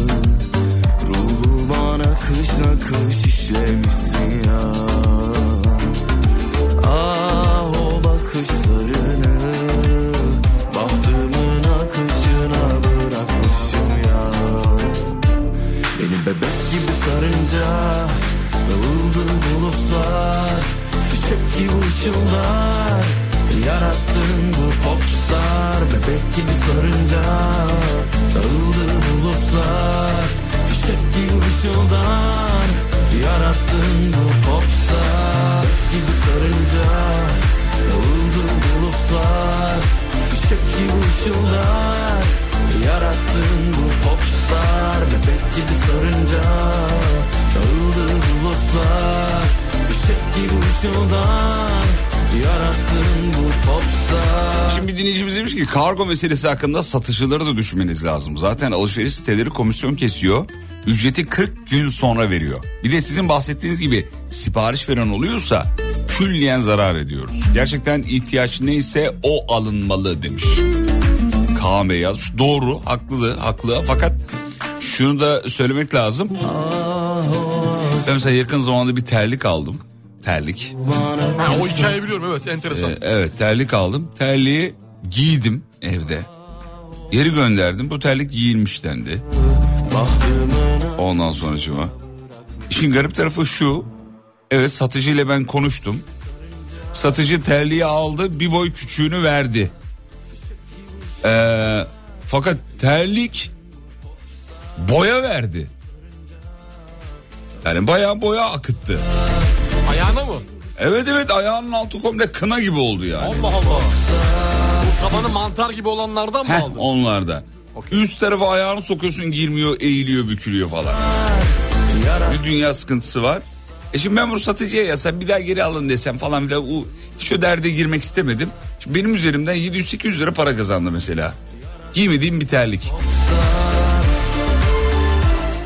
Speaker 3: Ruhuma nakış nakış işlemişsin ya Ah o bakışlarını Bahtımın akışına bırakmışım ya Beni bebek gibi sarınca Dağıldı bulutlar Fişek gibi ışıldar Yarattın bu popstar Bebek gibi sarınca Dağıldı bulutlar Fişek gibi ışıldar Yarattın bu popstar Bebek gibi sarınca Dağıldı bulutlar Fişek gibi ışıldar Yarattın bu popstar Bebek gibi sarınca Dağıldı bulutlar Fişek gibi ışıldar Yarattın bu popstar
Speaker 4: Şimdi dinleyicimiz demiş ki kargo meselesi hakkında satışçıları da düşünmeniz lazım. Zaten alışveriş siteleri komisyon kesiyor. Ücreti 40 gün sonra veriyor. Bir de sizin bahsettiğiniz gibi sipariş veren oluyorsa külliyen zarar ediyoruz. Gerçekten ihtiyaç neyse o alınmalı demiş. Kaan Bey yazmış. Doğru, haklı, haklı. Fakat şunu da söylemek lazım. Ben mesela yakın zamanda bir terlik aldım. Terlik.
Speaker 5: Ha, o hikayeyi biliyorum evet enteresan.
Speaker 4: Ee, evet terlik aldım. Terliği giydim evde. Geri gönderdim. Bu terlik giyilmiş dendi. Ondan sonra cuma. İşin garip tarafı şu. Evet satıcıyla ben konuştum. Satıcı terliği aldı bir boy küçüğünü verdi. Ee, fakat terlik boya verdi. Yani bayağı boya akıttı.
Speaker 5: Ayağına mı?
Speaker 4: Evet evet ayağının altı komple kına gibi oldu yani.
Speaker 5: Allah Allah. Bu tabanı mantar gibi olanlardan mı
Speaker 4: Heh,
Speaker 5: aldın?
Speaker 4: onlarda. Üst tarafa ayağını sokuyorsun girmiyor, eğiliyor, bükülüyor falan. Bir dünya sıkıntısı var. E şimdi ben bunu satıcıya yazsam bir daha geri alın desem falan filan. o- Hiç o derde girmek istemedim. Şimdi benim üzerimden 700-800 lira para kazandı mesela. Giymediğim bir terlik.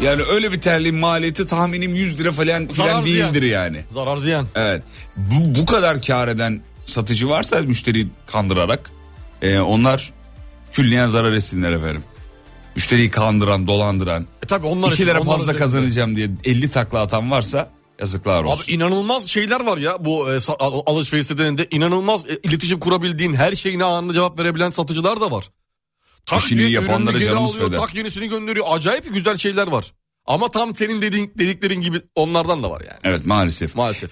Speaker 4: Yani öyle bir terliğin maliyeti tahminim 100 lira falan,
Speaker 5: Zarar
Speaker 4: filan
Speaker 5: ziyan.
Speaker 4: değildir yani.
Speaker 5: Zarar ziyan.
Speaker 4: Evet. Bu, bu kadar kar eden satıcı varsa müşteriyi kandırarak e, onlar külliyen zarar etsinler efendim. Müşteriyi kandıran, dolandıran.
Speaker 5: E tabii onlar
Speaker 4: 2
Speaker 5: için,
Speaker 4: lira
Speaker 5: onlar
Speaker 4: fazla
Speaker 5: için.
Speaker 4: kazanacağım diye 50 takla atan varsa yazıklar olsun.
Speaker 5: Abi inanılmaz şeyler var ya bu e, sa- al- alışveriş sitelerinde inanılmaz e, iletişim kurabildiğin her şeyine anında cevap verebilen satıcılar da var.
Speaker 4: İşini
Speaker 5: diye
Speaker 4: yapanlara
Speaker 5: ürünü geri
Speaker 4: canımız
Speaker 5: alıyor,
Speaker 4: feda.
Speaker 5: Tak yenisini gönderiyor acayip güzel şeyler var. Ama tam senin dediğin, dediklerin gibi onlardan da var yani.
Speaker 4: Evet maalesef.
Speaker 5: Maalesef.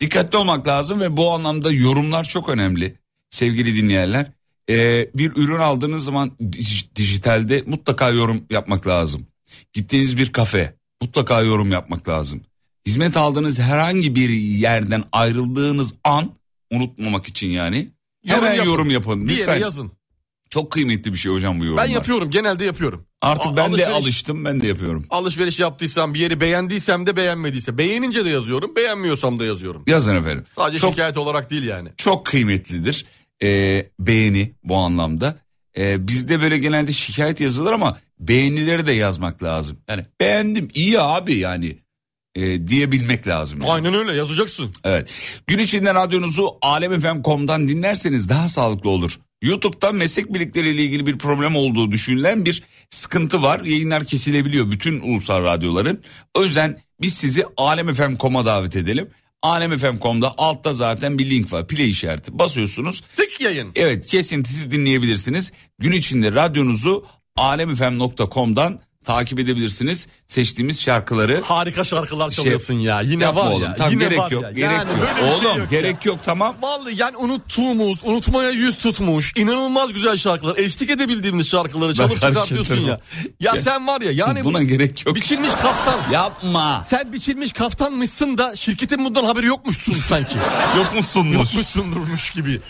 Speaker 4: Dikkatli olmak lazım ve bu anlamda yorumlar çok önemli sevgili dinleyenler. Ee, bir ürün aldığınız zaman dij- dijitalde mutlaka yorum yapmak lazım. Gittiğiniz bir kafe mutlaka yorum yapmak lazım. Hizmet aldığınız herhangi bir yerden ayrıldığınız an unutmamak için yani.
Speaker 5: Yorum
Speaker 4: Hemen
Speaker 5: yapın.
Speaker 4: yorum yapın.
Speaker 5: Bir yere
Speaker 4: Lütfen.
Speaker 5: yazın.
Speaker 4: Çok kıymetli bir şey hocam bu yorumlar.
Speaker 5: Ben yapıyorum genelde yapıyorum.
Speaker 4: Artık
Speaker 5: A-
Speaker 4: ben de
Speaker 5: alışveriş-
Speaker 4: alıştım ben de yapıyorum.
Speaker 5: Alışveriş yaptıysam bir yeri beğendiysem de beğenmediyse. Beğenince de yazıyorum beğenmiyorsam da yazıyorum.
Speaker 4: Yazın efendim.
Speaker 5: Sadece şikayet olarak değil yani.
Speaker 4: çok kıymetlidir Ee, beğeni bu anlamda. Ee, bizde böyle genelde şikayet yazılır ama beğenileri de yazmak lazım. Yani beğendim iyi abi yani e, diyebilmek lazım. yani.
Speaker 5: Aynen öyle yazacaksın.
Speaker 4: Evet. Gün içinde radyonuzu alemfm.com'dan dinlerseniz daha sağlıklı olur. YouTube'da meslek birlikleriyle ilgili bir problem olduğu düşünülen bir sıkıntı var. Yayınlar kesilebiliyor bütün ulusal radyoların. O yüzden biz sizi alemfm.com'a davet edelim. Alemfm.com'da altta zaten bir link var. Play işareti basıyorsunuz.
Speaker 5: Tık yayın.
Speaker 4: Evet kesintisiz dinleyebilirsiniz. Gün içinde radyonuzu alemfm.com'dan takip edebilirsiniz. Seçtiğimiz şarkıları.
Speaker 5: Harika şarkılar çalıyorsun ya. Yine
Speaker 4: Yapma
Speaker 5: var
Speaker 4: oğlum.
Speaker 5: ya.
Speaker 4: Tamam,
Speaker 5: Yine
Speaker 4: gerek
Speaker 5: var
Speaker 4: yok.
Speaker 5: ya.
Speaker 4: Gerek
Speaker 5: Yani
Speaker 4: yok.
Speaker 5: böyle bir şey
Speaker 4: Oğlum
Speaker 5: yok
Speaker 4: gerek yok tamam.
Speaker 5: Vallahi yani unuttuğumuz, unutmaya yüz tutmuş, inanılmaz güzel şarkılar, eşlik edebildiğimiz şarkıları çalıp
Speaker 4: hareket
Speaker 5: çıkartıyorsun ya.
Speaker 4: ediyorum.
Speaker 5: ya.
Speaker 4: Ya,
Speaker 5: sen var ya yani...
Speaker 4: buna gerek yok.
Speaker 5: Biçilmiş kaftan.
Speaker 4: Yapma.
Speaker 5: Sen biçilmiş kaftanmışsın da şirketin bundan haberi yokmuşsun sanki.
Speaker 4: Yokmuşsunmuş.
Speaker 5: Yokmuşsundurmuş gibi.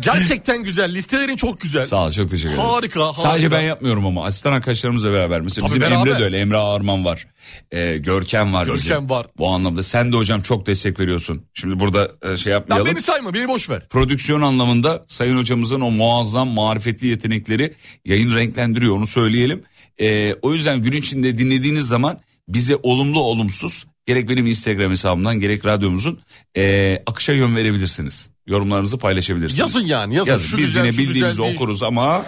Speaker 5: Gerçekten güzel, listelerin çok güzel.
Speaker 4: Sağ ol çok teşekkür ederiz.
Speaker 5: Harika, harika.
Speaker 4: Sadece ben yapmıyorum ama asistan arkadaşlarımızla beraber. Mesela
Speaker 5: Tabii
Speaker 4: bizim
Speaker 5: beraber.
Speaker 4: Emre de öyle. Emre Arman var. Ee, Görkem var
Speaker 5: Görkem
Speaker 4: bizim.
Speaker 5: var.
Speaker 4: Bu anlamda sen de hocam çok destek veriyorsun. Şimdi burada e, şey
Speaker 5: Lan
Speaker 4: yapmayalım.
Speaker 5: beni sayma, beni boş ver.
Speaker 4: Prodüksiyon anlamında Sayın Hocamızın o muazzam marifetli yetenekleri yayın renklendiriyor onu söyleyelim. Ee, o yüzden gün içinde dinlediğiniz zaman bize olumlu olumsuz gerek benim Instagram hesabımdan gerek radyomuzun ee, akışa yön verebilirsiniz. Yorumlarınızı paylaşabilirsiniz.
Speaker 5: Yazın yani, yazın. Şu
Speaker 4: Biz
Speaker 5: güzel,
Speaker 4: yine
Speaker 5: şu
Speaker 4: bildiğinizi
Speaker 5: güzel değil.
Speaker 4: okuruz ama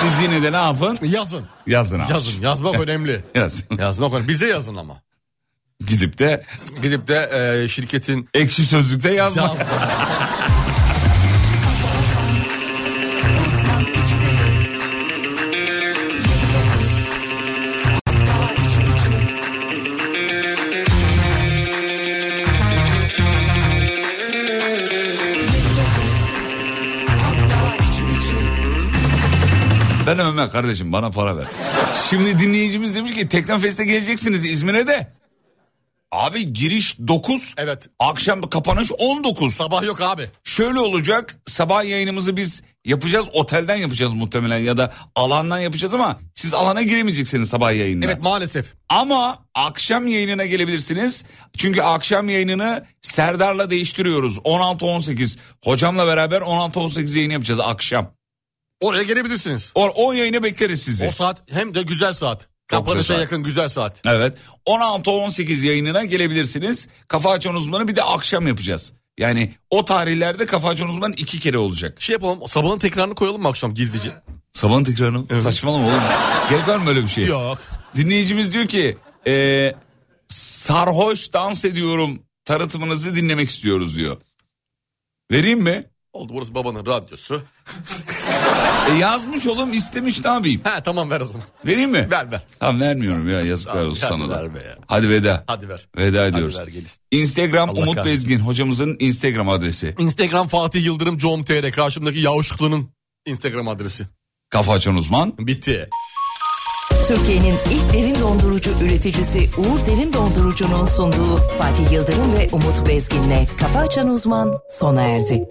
Speaker 4: siz yine de ne yapın?
Speaker 5: Yazın.
Speaker 4: Yazın abi.
Speaker 5: Yazın, yazmak önemli.
Speaker 4: Yazın.
Speaker 5: Yazmak önemli. Bize yazın ama.
Speaker 4: Gidip de
Speaker 5: Gidip de e, şirketin...
Speaker 4: Ekşi sözlükte yazma.
Speaker 5: Yaz-
Speaker 4: Ben övme kardeşim bana para ver. Şimdi dinleyicimiz demiş ki Teknofest'e geleceksiniz İzmir'e de. Abi giriş 9.
Speaker 5: Evet.
Speaker 4: Akşam kapanış 19.
Speaker 5: Sabah yok abi.
Speaker 4: Şöyle olacak sabah yayınımızı biz yapacağız otelden yapacağız muhtemelen ya da alandan yapacağız ama siz alana giremeyeceksiniz sabah yayınına.
Speaker 5: Evet maalesef.
Speaker 4: Ama akşam yayınına gelebilirsiniz. Çünkü akşam yayınını Serdar'la değiştiriyoruz. 16-18 hocamla beraber 16-18 yayın yapacağız akşam.
Speaker 5: Oraya gelebilirsiniz.
Speaker 4: O, o yayını bekleriz sizi.
Speaker 5: O saat hem de güzel saat.
Speaker 4: Çok
Speaker 5: Kapanışa
Speaker 4: güzel saat.
Speaker 5: yakın güzel saat.
Speaker 4: Evet. 16-18 yayınına gelebilirsiniz. Kafa Açan Uzmanı bir de akşam yapacağız. Yani o tarihlerde Kafa Açan Uzmanı iki kere olacak.
Speaker 5: Şey yapalım sabahın tekrarını koyalım mı akşam gizlice?
Speaker 4: Sabahın tekrarını. Saçmalama oğlum. Gerek var mı böyle bir şey?
Speaker 5: Yok.
Speaker 4: Dinleyicimiz diyor ki e, sarhoş dans ediyorum tanıtımınızı dinlemek istiyoruz diyor. Vereyim mi?
Speaker 5: Oldu burası babanın radyosu.
Speaker 4: E, yazmış oğlum istemiş ne yapayım?
Speaker 5: He tamam ver o zaman.
Speaker 4: Vereyim mi?
Speaker 5: Ver ver.
Speaker 4: Tamam vermiyorum ya yazıklar olsun
Speaker 5: Hadi
Speaker 4: sana da.
Speaker 5: ver be ya.
Speaker 4: Hadi veda.
Speaker 5: Hadi ver.
Speaker 4: Veda
Speaker 5: Hadi
Speaker 4: ediyoruz.
Speaker 5: ver, Geliz.
Speaker 4: Instagram
Speaker 5: Allah
Speaker 4: Umut
Speaker 5: kahretsin.
Speaker 4: Bezgin hocamızın Instagram adresi.
Speaker 5: Instagram Fatih Yıldırım com.tr karşımdaki yavuşklunun Instagram adresi.
Speaker 4: Kafa açan uzman.
Speaker 5: Bitti.
Speaker 6: Türkiye'nin ilk derin dondurucu üreticisi Uğur Derin Dondurucu'nun sunduğu Fatih Yıldırım ve Umut Bezgin'le Kafa Açan Uzman sona erdi.